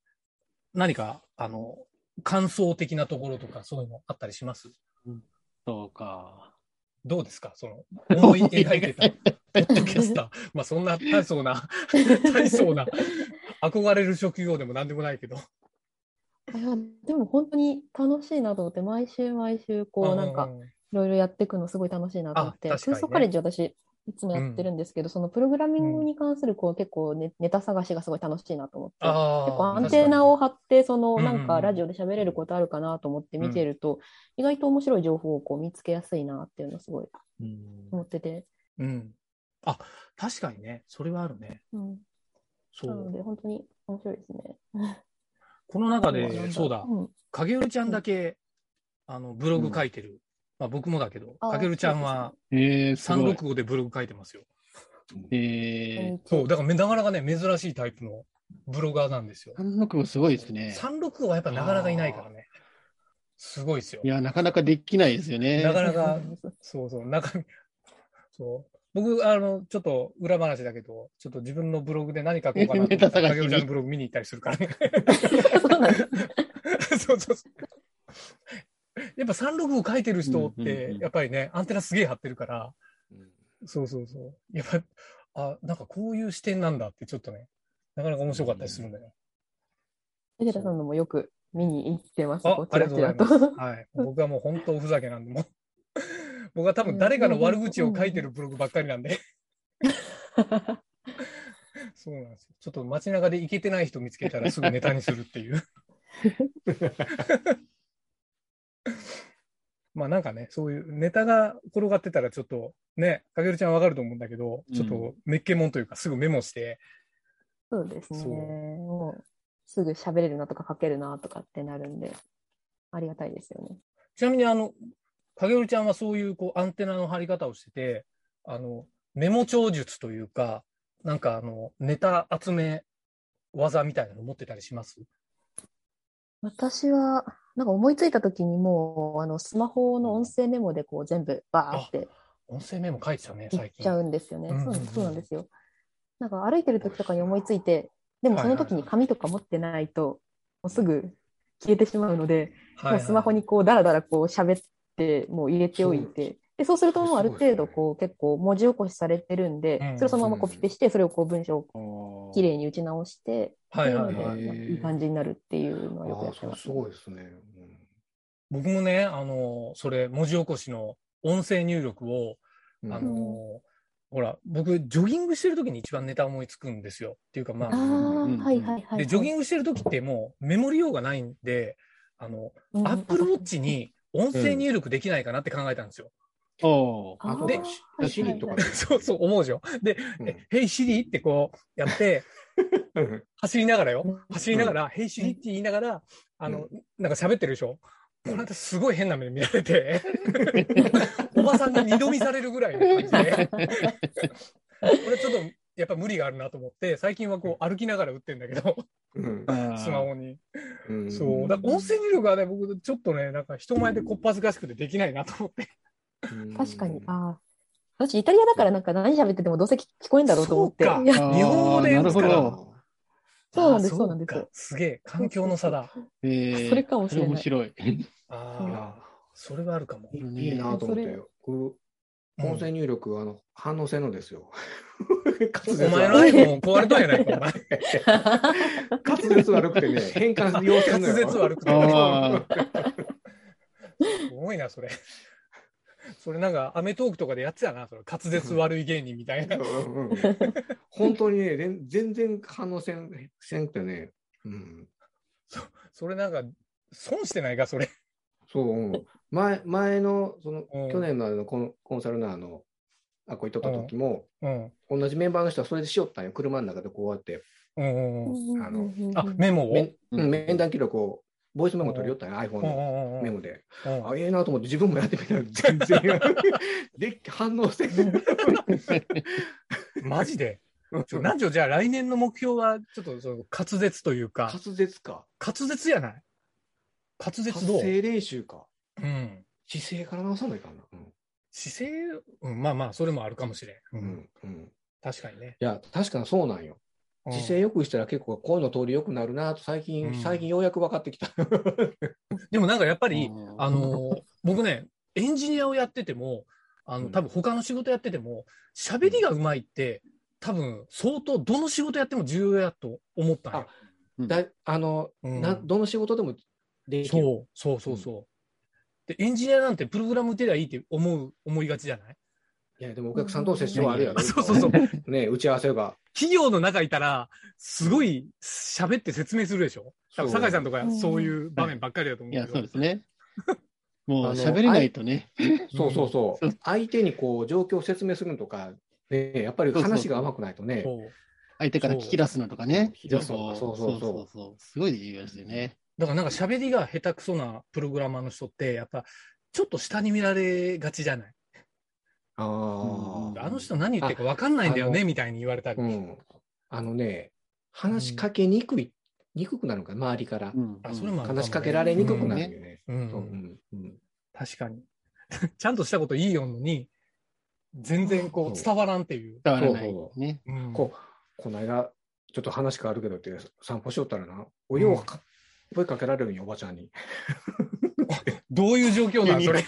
Speaker 7: 何か、あの、感想的なところとか、そういうのあったりします
Speaker 10: そうか。
Speaker 7: どうですかその、思い描いてた、ポッドキャスター。まあ、そんな大 層な、大層な、憧れる職業でも何でもないけど。
Speaker 9: いや、でも本当に楽しいなと思って、毎週毎週、こう、なんか、いろいろやっていくのすごい楽しいなと思って、
Speaker 7: あ確かにね
Speaker 9: 空想カレッジ私、いつもやってるんですけど、そのプログラミングに関する、こう、結構ネ、ネタ探しがすごい楽しいなと思って、結
Speaker 7: あー
Speaker 9: 構アンテナを張って、そ
Speaker 7: う
Speaker 9: の、
Speaker 7: んうんうん
Speaker 9: なんかラジオで喋れることあるかなと思って見てると、意外と面白い情報をこう見つけやすいなっていうのをすごい
Speaker 8: うん
Speaker 9: 思ってて、
Speaker 7: うん。あ、確かにね、それはあるね。
Speaker 9: うん、
Speaker 7: そ
Speaker 9: なの
Speaker 7: う。
Speaker 9: で本当に面白いですね。
Speaker 7: この中
Speaker 9: あとはなん
Speaker 7: で、そうだ、
Speaker 9: うん
Speaker 7: 影るちゃんだけ、あの、ブログ書いてる。まあ僕もだけど、
Speaker 9: あー
Speaker 7: 影るちゃんは
Speaker 10: えー、すごい。
Speaker 7: 365でブログ書いてますよ。
Speaker 10: え
Speaker 7: そう、だからめなかなかね、珍しいタイプのブロガーなんですよ
Speaker 10: ー、。365すごいですね。
Speaker 7: 365はやっぱなかなかいないからね。すごいですよ
Speaker 10: い。や、なかなかできないですよね。
Speaker 7: なかなか、そうそう、中身、そう。僕、あの、ちょっと裏話だけど、ちょっと自分のブログで何書こうかなと思
Speaker 10: ネ
Speaker 7: って、
Speaker 10: タ探しに
Speaker 7: 竹内さんのブログ見に行ったりするからね。
Speaker 9: そうなんです。
Speaker 7: そうそうそう。やっぱ36を書いてる人っ
Speaker 10: うんうん
Speaker 7: て
Speaker 10: う、ん
Speaker 7: やっぱりね、アンテナすげえ張ってるから、
Speaker 8: うん
Speaker 7: そうそうそう。やっぱ、あ、なんかこういう視点なんだって、ちょっとね、なかなか面白かったりするんだよ。
Speaker 9: 藤田さんのもよく見に行ってます、
Speaker 7: あ
Speaker 9: こう
Speaker 7: あ
Speaker 9: ち
Speaker 7: り
Speaker 9: ら
Speaker 7: がとうご
Speaker 9: ち
Speaker 7: ざいます。
Speaker 9: らと。
Speaker 7: はい。僕はもう本当おふざけなんで、もう。 僕は多分誰かの悪口を書いてるブログばっかりなんで。そうなんですよ。ちょっと街中でイケてない人見つけたらすぐネタにするっていう。 まあなんかね、そういうネタが転がってたらちょっとね、かけるちゃんわかると思うんだけど、ちょっとめっけもんというかすぐメモして、
Speaker 9: そうですね。
Speaker 7: そう
Speaker 9: もうすぐ喋れるなとか書けるなとかってなるんで、ありがたいですよね。
Speaker 7: ちなみにあの、かげるちゃんはそういうこうアンテナの張り方をしてて、あの、メモ帳術というか、なんかあの、ネタ集め技みたいなの持ってたりします
Speaker 9: 私は、なんか思いついた時にもう、あの、スマホの音声メモでこう全部バーって
Speaker 7: 音声メモ書いてたね、
Speaker 9: いっ
Speaker 7: 最近。
Speaker 9: ちゃうんですよね。
Speaker 7: うんうんうん
Speaker 9: そうそうなんですよ。なんか歩いてる時とかに思いついて、でもその時に紙とか持ってないと、もうすぐ消えてしまうので、
Speaker 7: はいはい
Speaker 9: もうスマホにこうだらだらこう喋ってもう入れておいてでそうするともうある程度こう結構文字起こしされてるんで、
Speaker 7: うん
Speaker 9: それをそのままコピペしてそれをこう文章をきれいに打ち直してって
Speaker 7: はいいうは
Speaker 9: の
Speaker 7: い
Speaker 9: で
Speaker 7: はい。
Speaker 9: なんかいい感じになるっていうのはよくやって
Speaker 8: ああ
Speaker 9: ますす、
Speaker 8: ごいですね。うん
Speaker 7: 僕もね、あの、それ、文字起こしの音声入力を、あ
Speaker 8: うん
Speaker 7: の、ほら、僕、ジョギングしてる時に一番ネタ思いつくんですよ。っていうか、ま
Speaker 9: あ
Speaker 7: あ、
Speaker 9: ー
Speaker 10: うん
Speaker 9: はいはいはい
Speaker 7: で、ジョギングしてる時ってもうメモりようがないんで、あの、
Speaker 9: うん
Speaker 7: アップルウォッチに音声入力できないかなって考えたんですよ。
Speaker 10: おー
Speaker 9: あー
Speaker 8: で
Speaker 9: はい
Speaker 8: でシリと かで
Speaker 7: そうそう、思うでしょ。で、
Speaker 8: うん
Speaker 7: え、ヘイシリってこうやって、
Speaker 8: うん
Speaker 7: 走りながらよ
Speaker 9: うん。
Speaker 7: 走りながら、ヘイシリって言いながら、あの、なんか喋ってるでしょ。この間すごい変な目で見られて、おばさんに二度見されるぐらいの感じ で、これちょっとやっぱ無理があるなと思って、最近はこう歩きながら打ってんだけど、
Speaker 8: うん
Speaker 7: スマホに。
Speaker 8: うん
Speaker 7: そう。だから音声入力はね、僕ちょっとね、なんか人前でこっぱずかしくてできないなと思って。
Speaker 8: うん
Speaker 9: 確かにあー私イタリアだからなんか何喋っててもどうせ聞こえんだろうと思って
Speaker 7: そうか
Speaker 9: いや
Speaker 10: あー
Speaker 7: 日本語で打つから
Speaker 10: なるほど。
Speaker 9: そうなんです
Speaker 7: あー
Speaker 9: そうなんです
Speaker 7: かすげえ、環境の差だ。
Speaker 10: えー
Speaker 9: それかもしれない
Speaker 10: それ面白い。
Speaker 7: あ
Speaker 8: い
Speaker 7: あ、
Speaker 8: や
Speaker 7: それはあるかも。
Speaker 8: いいいなと思って
Speaker 9: それ
Speaker 8: 僕
Speaker 7: うん
Speaker 8: 音声入力、あの、反応性能ですよ。滑舌
Speaker 7: お前の
Speaker 8: 悪い
Speaker 7: iPhone 壊れたん やないか、お前。
Speaker 8: 滑舌悪くてね、変換要するの
Speaker 7: 滑
Speaker 8: よ。
Speaker 7: 舌悪くて。
Speaker 10: あ
Speaker 7: すごいな、それ。それなんか、アメトークとかでやってたな、それ。滑舌悪い芸人みたいな。
Speaker 8: うん うん本当にね、れん全然反応せんせんくてね、うん、
Speaker 7: それなんか、損してないか、それ。
Speaker 8: そう、うん前前のその、
Speaker 7: うん
Speaker 8: 去年のあのコンコンサルのあの、あこう言っとった時も、
Speaker 7: うん。
Speaker 8: 同じメンバーの人はそれでしよったんよ、車の中でこうやって、
Speaker 7: うんうんうん。
Speaker 8: あの
Speaker 7: あ、メモを。
Speaker 8: めん
Speaker 10: うん
Speaker 8: うん面談記録を、ボイスメモ取りよったんよ、iPhone
Speaker 7: うんう
Speaker 8: の
Speaker 7: んうんう
Speaker 8: メ
Speaker 7: ん
Speaker 8: モで。
Speaker 7: うん
Speaker 8: あ、ええなと思って、自分もやってみたら、全然で反応せん。
Speaker 7: マジで。ちょなんじゃ、じゃあ来年の目標は、ちょっとその滑舌というか、
Speaker 8: 滑舌か、
Speaker 7: 滑舌やない滑舌
Speaker 8: 発
Speaker 7: どう
Speaker 8: 声練習か、
Speaker 7: うん。
Speaker 8: 姿勢から直さないかんな。
Speaker 7: 姿勢、うん、まあまあ、それもあるかもしれん。う
Speaker 8: うん
Speaker 7: ん、
Speaker 8: うん
Speaker 7: 確かにね。
Speaker 8: いや、確かにそうなんよ。
Speaker 7: うん
Speaker 8: 姿勢よくしたら結構声の通りよくなるなと最近、
Speaker 7: うん
Speaker 8: 最近ようやく分かってきた。
Speaker 7: でもなんかやっぱり、
Speaker 10: ー
Speaker 7: あのー僕ね、エンジニアをやってても、あの、
Speaker 8: うん
Speaker 7: 多分他の仕事やってても、喋りがうまいって、多分相当どの仕事やっても重要やと思ったんよ
Speaker 8: あ。
Speaker 10: うん
Speaker 8: だあの、
Speaker 7: うん
Speaker 8: などの仕事でもできる。
Speaker 7: そう、そうそうそう。で、エンジニアなんてプログラム打てりゃいいって思う、思いがちじゃない
Speaker 8: いや、でもお客さんと接触はあるやろ。
Speaker 7: そうそうそう。
Speaker 8: ね、打ち合わせが。
Speaker 7: 企業の中いたら、すごい喋って説明するでしょ多分、
Speaker 8: そう
Speaker 7: 酒井さんとかそういう場面ばっかりだと思
Speaker 10: い
Speaker 7: うけ
Speaker 10: や、
Speaker 7: ど。
Speaker 10: そうですね。もう
Speaker 8: あの
Speaker 10: 喋れないとね。
Speaker 8: そうそうそう。相手にこう、状況を説明するのとか、ね、やっぱり話が甘くないとね。
Speaker 7: そう
Speaker 10: 相手から聞き出すのとかね。
Speaker 8: そう聞き出すのとか
Speaker 10: そう
Speaker 8: そう
Speaker 10: そ
Speaker 8: そうう
Speaker 10: そうそう。すごい重要ですよね。
Speaker 7: だからなんか喋りが下手くそなプログラマーの人って、やっぱ、ちょっと下に見られがちじゃない
Speaker 8: あ
Speaker 10: うん
Speaker 8: あ。
Speaker 7: あの人何言ってるか分かんないんだよねみたいに言われたり。
Speaker 8: うん。あのね、話しかけにくい、にくくなるのか、周りから。
Speaker 10: うん
Speaker 7: あそれもあるもね
Speaker 8: 話しかけられにくくなるよね。
Speaker 7: うん
Speaker 8: そううんうん
Speaker 7: 確かに。 ちゃんとしたこといいよのに、全然こう
Speaker 8: そう
Speaker 7: 伝わらんっていう。
Speaker 10: 伝わらない
Speaker 8: そうそ
Speaker 10: ね。
Speaker 7: うん
Speaker 8: こう、この間、ちょっと話変わるけどって、散歩しよったらな、おようか、声かけられるんよ、おばちゃんに。
Speaker 7: どういう状況な
Speaker 10: 急
Speaker 7: の
Speaker 10: に
Speaker 7: それ。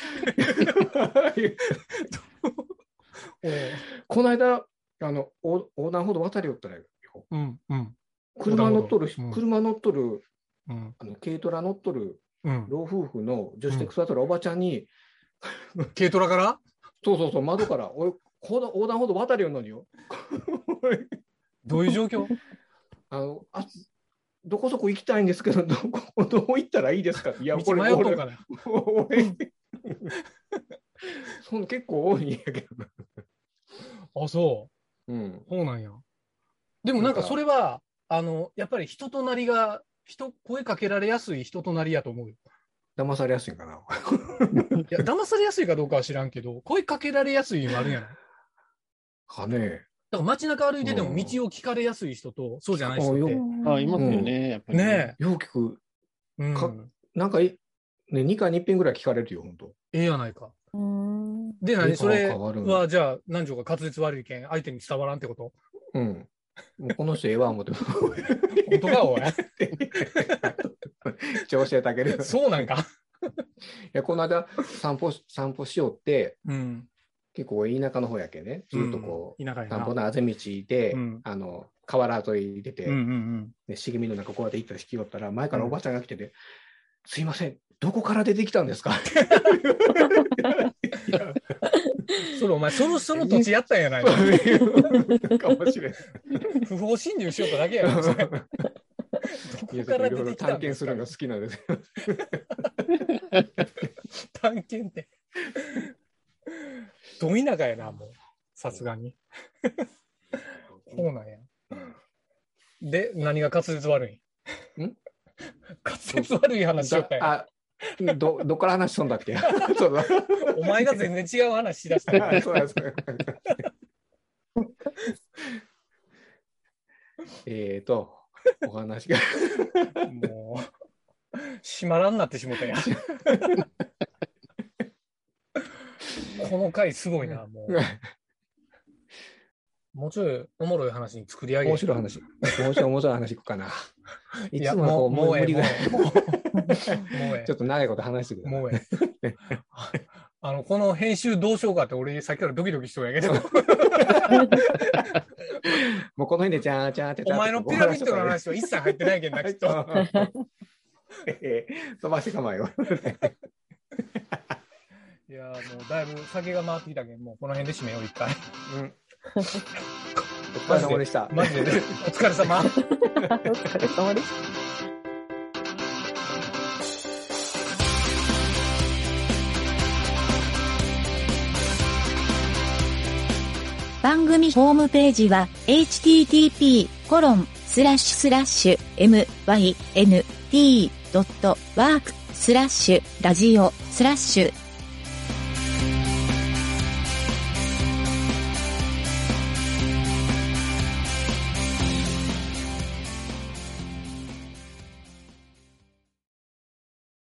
Speaker 8: この間、あの、お横断歩道渡りよったらよ、
Speaker 7: うん、うん、
Speaker 8: 車乗っとる
Speaker 7: 横断歩道うん、
Speaker 8: 車乗っとる、
Speaker 7: うん、
Speaker 8: あの軽トラ乗っとる
Speaker 7: うん。
Speaker 8: 老夫婦の助手席座ってるおばちゃんに、
Speaker 7: 軽トラから
Speaker 8: そうそうそう、窓から、おい、横断横断歩道渡りよんのによ。
Speaker 7: どういう状況
Speaker 8: あの、あどこそこ行きたいんですけど、どこ、どこ行ったらいいですかいや、こ
Speaker 7: 道
Speaker 8: れ、
Speaker 7: 迷っとんかな
Speaker 8: 俺俺その結構多いんやけど。
Speaker 7: あ、そ
Speaker 8: うん
Speaker 7: う。。そうなんや。でもなんかそれは、あの、やっぱり人となりが、人、声かけられやすい人となりやと思うよ。
Speaker 8: 騙されやすいんかな。
Speaker 7: いや、騙されやすいかどうかは知らんけど、声かけられやすいのはあるんやない
Speaker 8: かね
Speaker 7: だから街中歩いてても道を聞かれやすい人と、そうじゃない人って。
Speaker 10: あ、いますよね、やっぱり。
Speaker 7: ね
Speaker 8: よう聞く。
Speaker 7: え。うん
Speaker 8: かなんかい、ね、2回に1遍ぐらい聞かれるよ、本当
Speaker 7: ええやないか。
Speaker 9: うん。
Speaker 7: で、何それ
Speaker 8: 変わる
Speaker 7: は、じゃあ、南條が滑舌悪いけん、相手に伝わらんってこと
Speaker 8: うん。もうこの人ええわ、思って。
Speaker 7: 本当か、 おい。
Speaker 8: 調子やったけど。い
Speaker 7: そうなんか。
Speaker 8: や、この間、散歩し、散歩しよって、
Speaker 7: うん。
Speaker 8: 結構田舎の方やけね。ずっとこう、
Speaker 7: 田舎やな。
Speaker 8: 散歩のあぜ道で、
Speaker 7: うん
Speaker 8: あの、河原沿い出て、
Speaker 7: うんうんうん。
Speaker 8: ね、茂みの中こうやって行ったら引き寄ったら、前からおばちゃんが来てて、すいません、どこから出てきたんですかいや
Speaker 7: それ、お前、その、その土地やったんやないの
Speaker 8: そういうかもしれない。
Speaker 7: 不法侵入しよっただけやろ。そ れど
Speaker 8: い
Speaker 7: こか
Speaker 8: や
Speaker 7: ら
Speaker 8: い
Speaker 7: 出
Speaker 8: ろ
Speaker 7: て
Speaker 8: いろ
Speaker 7: きた
Speaker 8: 探
Speaker 7: んで
Speaker 8: 検
Speaker 7: す
Speaker 8: す
Speaker 7: か
Speaker 8: るのが好きなんです。
Speaker 7: 探検って。 ど田舎やな、もう。さすがに。そうなんや。で、何が滑舌悪い
Speaker 8: ん
Speaker 7: 滑舌悪い話しよったんや
Speaker 8: だあど どっから話しとんだっけそうだ
Speaker 7: お前が全然違う話しだしたんや
Speaker 8: あそうだそうだ えーと、お話が。
Speaker 7: もう、閉まらんなってしもたんや。この回すごいな、もう。もうちょいおもろい話に作り上げ
Speaker 8: 面白い話。面白い面白い話いくかな。い
Speaker 7: い
Speaker 8: つ
Speaker 7: や、
Speaker 8: も
Speaker 7: も
Speaker 8: こう、
Speaker 7: う、もう
Speaker 8: 無
Speaker 7: ええ、
Speaker 8: 理
Speaker 7: もう
Speaker 8: が。
Speaker 7: ええ、もうええ
Speaker 8: ちょっと長いこと話してください
Speaker 7: も。う ええ。あの、この編集どうしようかって、俺、さっきからドキドキしとるんやけど、
Speaker 8: もうこの辺でじゃーんじゃーんって。
Speaker 7: お前のピラミッドの話は一切入ってないけんな、きっと。
Speaker 8: えー飛ばして構えよ。
Speaker 7: いやー、もうだいぶ酒が回ってきたけん、もうこの辺で締めよう、一回。
Speaker 8: うん。お疲れ様でした。
Speaker 7: マジで、お疲れ様。
Speaker 9: お疲れ様です。
Speaker 1: 番組ホームページは http:// mynt.work スラッシュラジオスラッシュ